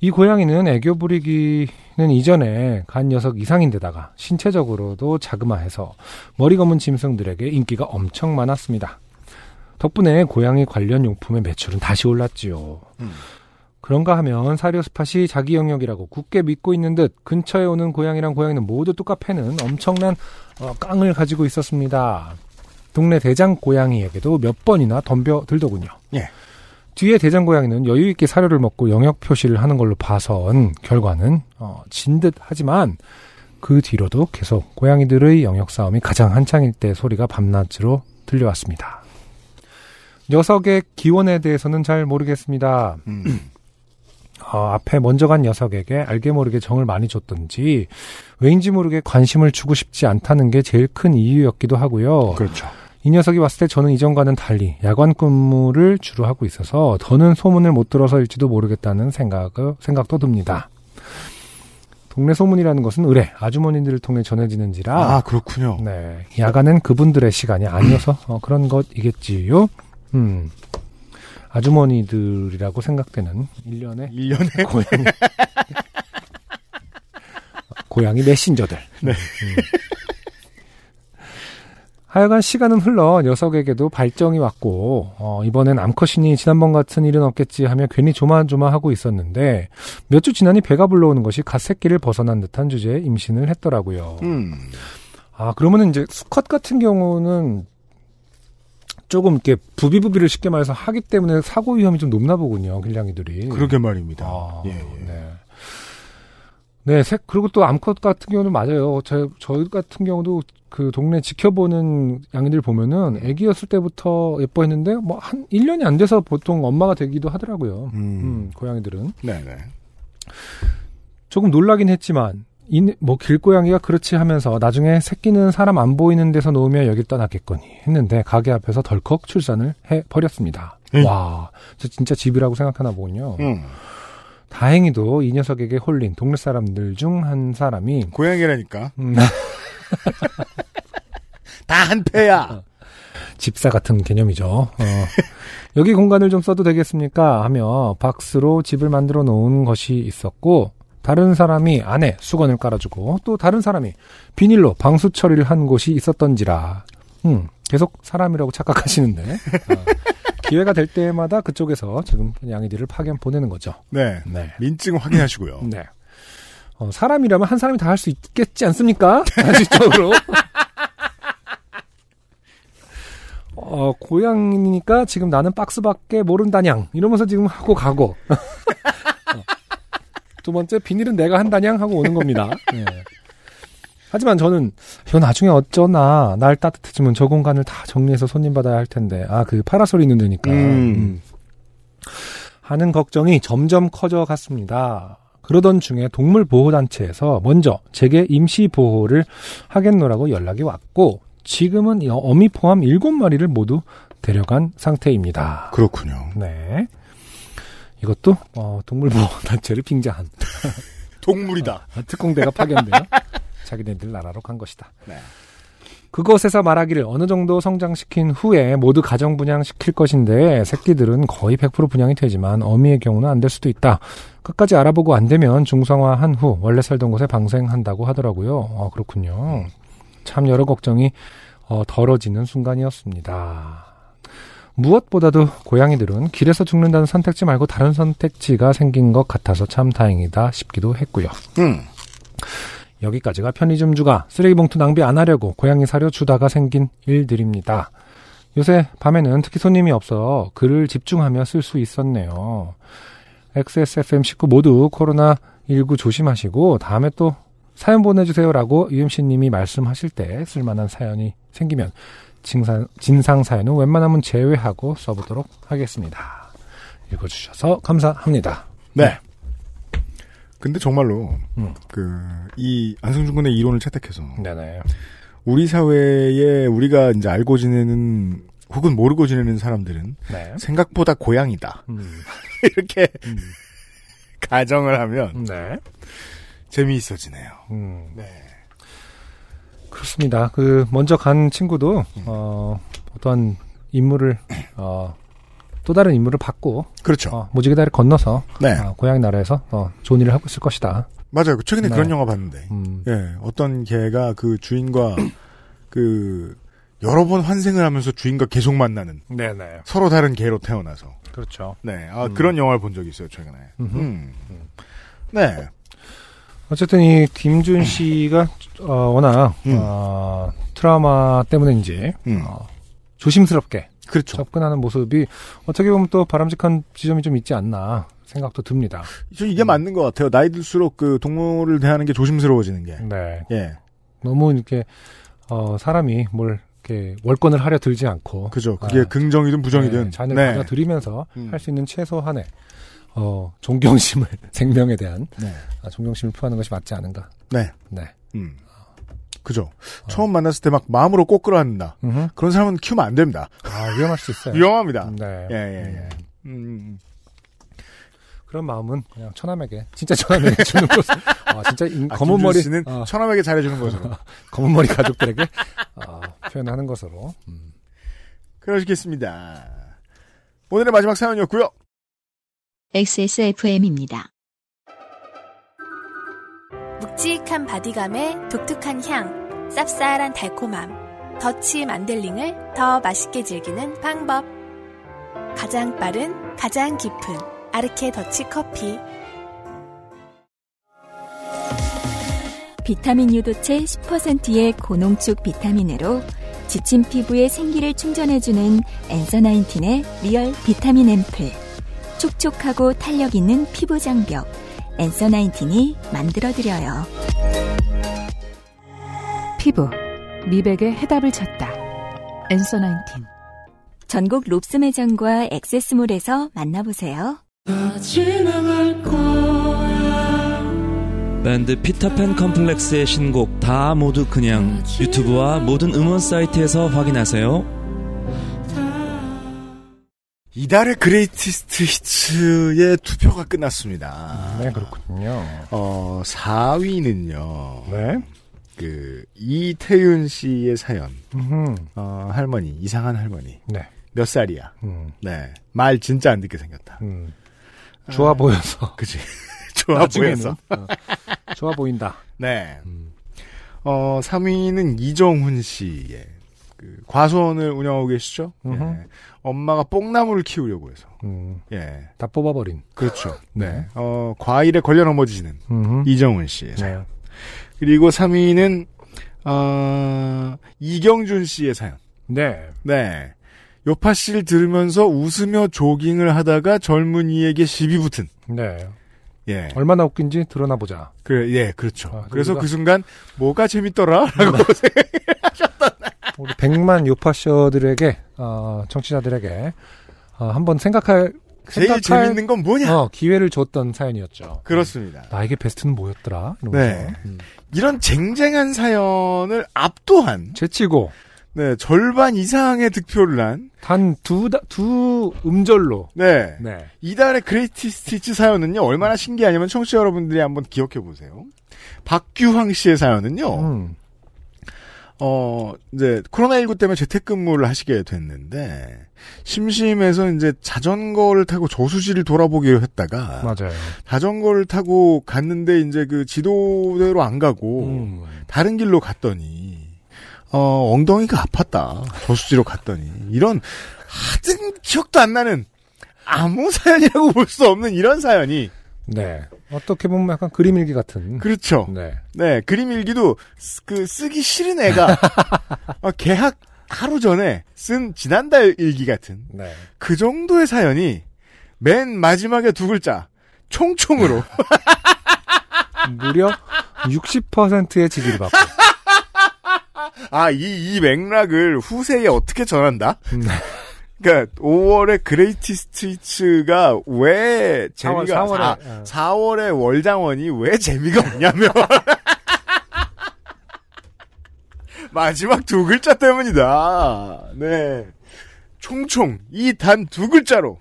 이 고양이는 애교 부리기는 이전에 간 녀석 이상인데다가 신체적으로도 자그마해서 머리 검은 짐승들에게 인기가 엄청 많았습니다. 덕분에 고양이 관련 용품의 매출은 다시 올랐지요. 그런가 하면 사료 스팟이 자기 영역이라고 굳게 믿고 있는 듯 근처에 오는 고양이랑 고양이는 모두 뚜까패는 엄청난 어, 깡을 가지고 있었습니다. 동네 대장 고양이에게도 몇 번이나 덤벼들더군요.
예.
뒤에 대장 고양이는 여유 있게 사료를 먹고 영역 표시를 하는 걸로 봐선 결과는 어, 진듯 하지만 그 뒤로도 계속 고양이들의 영역 싸움이 가장 한창일 때 소리가 밤낮으로 들려왔습니다. 녀석의 기원에 대해서는 잘 모르겠습니다.
음.
어, 앞에 먼저 간 녀석에게 알게 모르게 정을 많이 줬던지 왠지 모르게 관심을 주고 싶지 않다는 게 제일 큰 이유였기도 하고요.
그렇죠.
이 녀석이 왔을 때 저는 이전과는 달리 야간 근무를 주로 하고 있어서 더는 소문을 못 들어서일지도 모르겠다는 생각을, 생각도 듭니다. 동네 소문이라는 것은 의뢰, 아주머니들을 통해 전해지는지라
아, 그렇군요.
네. 야간은 그분들의 시간이 아니어서 어, 그런 것이겠지요. 음. 아주머니들이라고 생각되는 일년에
1년에
고양이 고양이 메신저들. 음. 하여간 시간은 흘러 녀석에게도 발정이 왔고 어, 이번엔 암컷이니 지난번 같은 일은 없겠지 하며 괜히 조마조마하고 있었는데 몇 주 지나니 배가 불러오는 것이 갓 새끼를 벗어난 듯한 주제에 임신을 했더라고요.
음.
아, 그러면은 이제 수컷 같은 경우는 조금 이렇게 부비부비를 쉽게 말해서 하기 때문에 사고 위험이 좀 높나 보군요, 길냥이들이.
그러게 말입니다.
아,
예, 예.
네. 네, 색, 그리고 또 암컷 같은 경우는 맞아요. 저, 저 같은 경우도 그 동네 지켜보는 양이들 보면은
음.
애기였을 때부터 예뻐했는데 뭐 한 1년이 안 돼서 보통 엄마가 되기도 하더라고요.
음. 어.
음, 고양이들은.
네네.
조금 놀라긴 했지만 이, 뭐 길고양이가 그렇지 하면서 나중에 새끼는 사람 안 보이는 데서 놓으면 여길 떠났겠거니 했는데 가게 앞에서 덜컥 출산을 해 버렸습니다.
응.
와, 저 진짜 집이라고 생각하나 보군요.
음.
다행히도 이 녀석에게 홀린 동네 사람들 중 한 사람이
고양이라니까.
음,
다 한패야.
집사 같은 개념이죠. 어, 여기 공간을 좀 써도 되겠습니까? 하며 박스로 집을 만들어 놓은 것이 있었고 다른 사람이 안에 수건을 깔아주고 또 다른 사람이 비닐로 방수 처리를 한 곳이 있었던지라 음, 계속 사람이라고 착각하시는데 어, 기회가 될 때마다 그쪽에서 지금 양이들을 파견 보내는 거죠.
네.
네.
민증 확인하시고요.
네. 어, 사람이라면 한 사람이 다 할 수 있겠지 않습니까? 현실적으로. 어, 고양이니까 지금 나는 박스밖에 모른다냥. 이러면서 지금 하고 가고. 어. 두 번째, 비닐은 내가 한다냥 하고 오는 겁니다. 예. 하지만 저는, 이거 나중에 어쩌나, 날 따뜻해지면 저 공간을 다 정리해서 손님 받아야 할 텐데, 아, 그 파라솔이 있는 데니까.
음.
음. 하는 걱정이 점점 커져갔습니다. 그러던 중에 동물보호단체에서 먼저 제게 임시보호를 하겠노라고 연락이 왔고, 지금은 이 어미 포함 7마리를 모두 데려간 상태입니다.
그렇군요.
네. 이것도 어, 동물보호단체를 빙자한
동물이다.
아, 특공대가 파견되어 자기네들 나라로 간 것이다.
네.
그곳에서 말하기를 어느 정도 성장시킨 후에 모두 가정 분양시킬 것인데 새끼들은 거의 100% 분양이 되지만 어미의 경우는 안 될 수도 있다. 끝까지 알아보고 안 되면 중성화한 후 원래 살던 곳에 방생한다고 하더라고요. 아, 그렇군요. 참 여러 걱정이 어, 덜어지는 순간이었습니다. 무엇보다도 고양이들은 길에서 죽는다는 선택지 말고 다른 선택지가 생긴 것 같아서 참 다행이다 싶기도 했고요.
음.
여기까지가 편의점 주가 쓰레기 봉투 낭비 안 하려고 고양이 사료 주다가 생긴 일들입니다. 요새 밤에는 특히 손님이 없어 글을 집중하며 쓸 수 있었네요. XSFM 식구 모두 코로나19 조심하시고 다음에 또 사연 보내주세요라고 UMC님이 말씀하실 때 쓸만한 사연이 생기면 진상, 진상 사연은 웬만하면 제외하고 써보도록 하겠습니다. 읽어주셔서 감사합니다.
네. 근데 정말로
음.
그 이 안승준 군의 이론을 채택해서
네네.
우리 사회에 우리가 이제 알고 지내는 혹은 모르고 지내는 사람들은
네.
생각보다 고양이다
음,
이렇게 가정을 하면
네.
재미있어지네요.
음. 그렇습니다. 그 먼저 간 친구도 어, 어떠한 임무를 어, 또 다른 임무를 받고
그렇죠.
어, 모지게 다리 건너서
네,
어, 고향 나라에서 어, 좋은 일을 하고 있을 것이다.
맞아요. 그 최근에
네.
예, 그런 영화 봤는데
음,
예, 어떤 개가 그 주인과 그 여러 번 환생을 하면서 주인과 계속 만나는
네네.
서로 다른 개로 태어나서
그렇죠.
네, 아, 그런 영화를 본 적이 있어요, 최근에. 음. 네.
어쨌든 이 김준 씨가 어, 워낙
음.
어, 트라우마 때문인지
음.
어, 조심스럽게
그렇죠.
접근하는 모습이 어떻게 보면 또 바람직한 지점이 좀 있지 않나 생각도 듭니다.
저
음.
이게 맞는 것 같아요. 나이 들수록 그 동물을 대하는 게 조심스러워지는 게.
네.
예.
너무 이렇게 어, 사람이 뭘 이렇게 월권을 하려 들지 않고
그죠. 그게
아,
긍정이든 부정이든. 음.
네, 잔을 받아들이면서 할 수 있는 최소한의 어, 존경심을 생명에 대한
네.
아, 존경심을 표하는 것이 맞지 않은가.
네.
네.
음. 그죠. 처음 만났을 때 막 마음으로 꼭 끌어안는다.
음흠.
그런 사람은 키우면 안 됩니다.
아 위험할 수 있어요.
위험합니다.
네.
예, 예, 예.
음.
음.
그런 마음은 그냥 처남에게 진짜 처남에게 주는 것. 아 진짜 인-
아,
검은
김준
머리
씨는
어,
처남에게 잘해주는 거죠.
검은 머리 가족들에게 어, 표현하는 것으로. 음.
그러시겠습니다. 오늘의 마지막 사연이었고요.
XSFM입니다.
묵직한 바디감에 독특한 향, 쌉쌀한 달콤함, 더치 만델링을 더 맛있게 즐기는 방법. 가장 빠른, 가장 깊은 아르케 더치 커피.
비타민 유도체 10%의 고농축 비타민으로 지친 피부에 생기를 충전해주는 엔서나인틴의 리얼 비타민 앰플. 촉촉하고 탄력 있는 피부 장벽. 엔서나인틴이 만들어드려요.
피부 미백의 해답을 찾다. 엔서 19.
전국 롭스 매장과 액세스몰에서 만나보세요.
나 지나갈 거야
밴드 피터팬 컴플렉스의 신곡 다 모두 그냥 유튜브와 모든 음원 사이트에서 확인하세요.
이달의 그레이티스트 히츠의 투표가 끝났습니다.
네 그렇군요.
어, 4위는요.
네.
그 이태윤 씨의 사연.
음흠.
어, 할머니, 이상한 할머니.
네.
몇 살이야?
음.
네. 말 진짜 안 듣게 생겼다.
음. 좋아 보여서.
그지? 좋아
나중에는,
보여서.
어, 좋아 보인다.
네.
음.
어, 3위는 이정훈 씨의 그 과수원을 운영하고 계시죠?
음흠.
예. 엄마가 뽕나무를 키우려고 해서.
음,
예.
다 뽑아버린.
그렇죠.
네.
어, 과일에 걸려 넘어지는
음흠.
이정훈 씨의 사연.
네.
그리고 3위는 어, 이경준 씨의 사연.
네.
네. 요파 씨를 들으면서 웃으며 조깅을 하다가 젊은이에게 시비 붙은.
네.
예.
얼마나 웃긴지 드러나 보자.
그래, 예, 그렇죠.
아,
그래서
그러니까-
그 순간 뭐가 재밌더라? 라고
우리 100만 요파셔들에게 어, 청취자들에게 어, 한번 생각할
제일
생각할
재밌는 건 뭐냐?
어, 기회를 줬던 사연이었죠.
그렇습니다.
나에게 베스트는 뭐였더라? 이러면서.
네.
음.
이런 쟁쟁한 사연을 압도한
제치고
네, 절반 이상의 득표를 한
단두두 두 음절로
네.
네.
이달의 그레이티 스티치 사연은요. 얼마나 신기하냐면 청취자 여러분들이 한번 기억해 보세요. 박규황 씨의 사연은요.
음.
어, 이제 코로나19 때문에 재택근무를 하시게 됐는데 심심해서 이제 자전거를 타고 저수지를 돌아보기로 했다가
맞아요.
자전거를 타고 갔는데 이제 그 지도대로 안 가고
음.
다른 길로 갔더니 어, 엉덩이가 아팠다. 저수지로 갔더니 이런 하등 기억도 안 나는 아무 사연이라고 볼 수 없는 이런 사연이
네. 어떻게 보면 약간 그림 일기 같은.
그렇죠.
네.
네, 그림 일기도 쓰- 그 쓰기 싫은 애가 어, 개학 하루 전에 쓴 지난달 일기 같은
네.
그 정도의 사연이 맨 마지막에 두 글자 총총으로
무려 60%의 지지를 받고.
아 이 이 맥락을 후세에 어떻게 전한다?
음.
그러니까 5월에 그레이티 스트리츠가 왜
사월,
재미가 아,
사월에,
사-
어.
4월에 월장원이 왜 재미가 없냐면 마지막 두 글자 때문이다. 네. 총총 이 단 두 글자로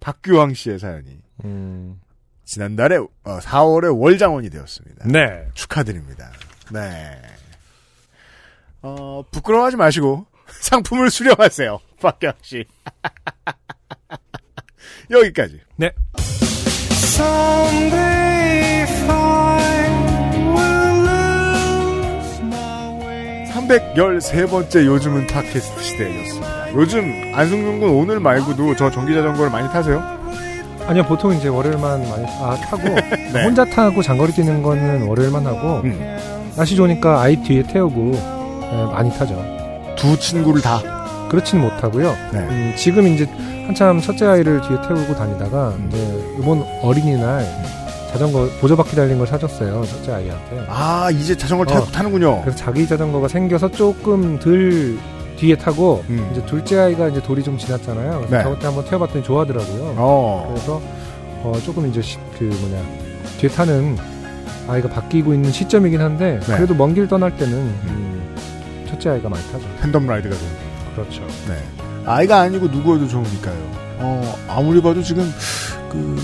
박규황 씨의 사연이
음.
지난달에 어, 4월에 월장원이 되었습니다.
네.
축하드립니다. 네. 어, 부끄러워하지 마시고 상품을 수령하세요. 박경 씨. 여기까지.
네.
Someday if I will lose my way
3 313번째 요즘은 팟캐스트 시대였습니다. 요즘 안승준 군 오늘 말고도 저 전기자전거를 많이 타세요?
아니요, 보통 이제 월요일만 많이 아, 타고
네.
혼자 타고 장거리 뛰는 거는 월요일만 하고
음.
날씨 좋으니까 아이 뒤에 태우고 네, 많이 타죠.
두 친구를 다.
그렇지는 못하고요.
네.
음, 지금 이제 한참 첫째 아이를 뒤에 태우고 다니다가
음.
이제 이번 어린이날 자전거 보조바퀴 달린 걸 사줬어요 첫째 아이한테.
아, 이제 자전거를 타,
어.
타는군요.
그래서 자기 자전거가 생겨서 조금 덜 뒤에 타고
음.
이제 둘째 아이가 이제 돌이 좀 지났잖아요. 그래서
네.
저번 때 한번 태워봤더니 좋아하더라고요.
어.
그래서 어, 조금 이제 시- 그 뭐냐 뒤에 타는 아이가 바뀌고 있는 시점이긴 한데
네.
그래도 먼 길 떠날 때는 음, 첫째 아이가 많이 타죠.
팬덤 라이드가 되는.
그렇죠.
네. 아이가 아니고 누구여도 좋으니까요. 어, 아무리 봐도 지금, 그,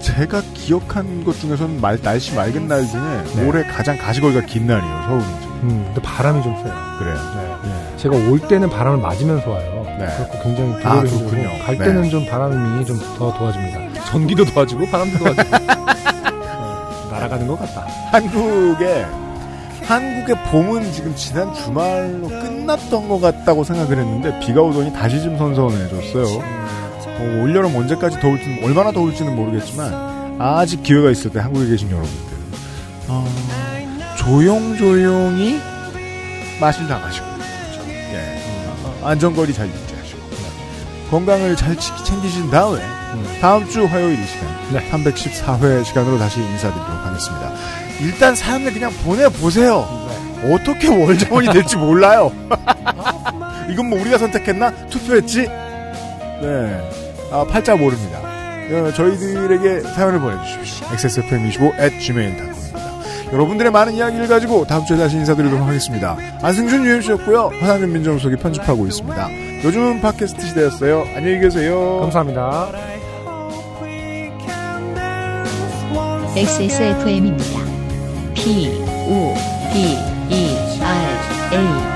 제가 기억한 것 중에서는 말, 날씨 맑은 날 중에
네.
올해 가장 가시거리가 긴 날이에요, 서울은 지금.
음, 근데 바람이 좀 세요.
그래요. 네.
제가 올 때는 바람을 맞으면서 와요.
네.
그렇고 굉장히
아,
기도를 힘들고
그렇군요.
갈
네.
때는 좀 바람이 좀 더 도와줍니다. 전기도 도와주고 바람도 도와주고 어, 날아가는 것 같다.
한국의 한국의 봄은 지금 지난 주말로 끝났던 것 같다고 생각을 했는데 비가 오더니 다시 좀 선선해졌어요. 어, 올여름 언제까지 더울지 얼마나 더울지는 모르겠지만 아직 기회가 있을 때 한국에 계신 여러분들 어, 조용조용히 마실 나가시고 예, 어, 안전거리 잘 유지하시고 건강을 잘 지- 챙기신 다음에 다음 주 화요일 이 시간 314회 시간으로 다시 인사드리도록 하겠습니다. 일단 사연을 그냥 보내보세요. 어떻게 월자원이 될지 몰라요. 이건 뭐 우리가 선택했나? 투표했지? 네. 아, 팔자 모릅니다. 어, 저희들에게 사연을 보내주십시오. xsfm25 at gmail.com입니다. 여러분들의 많은 이야기를 가지고 다음 주에 다시 인사드리도록 하겠습니다. 안승준 유엠씨였고요. 화상준 민정수석이 편집하고 있습니다. 요즘은 팟캐스트 시대였어요. 안녕히 계세요.
감사합니다.
XSFM입니다. P, O, D, E, R, A.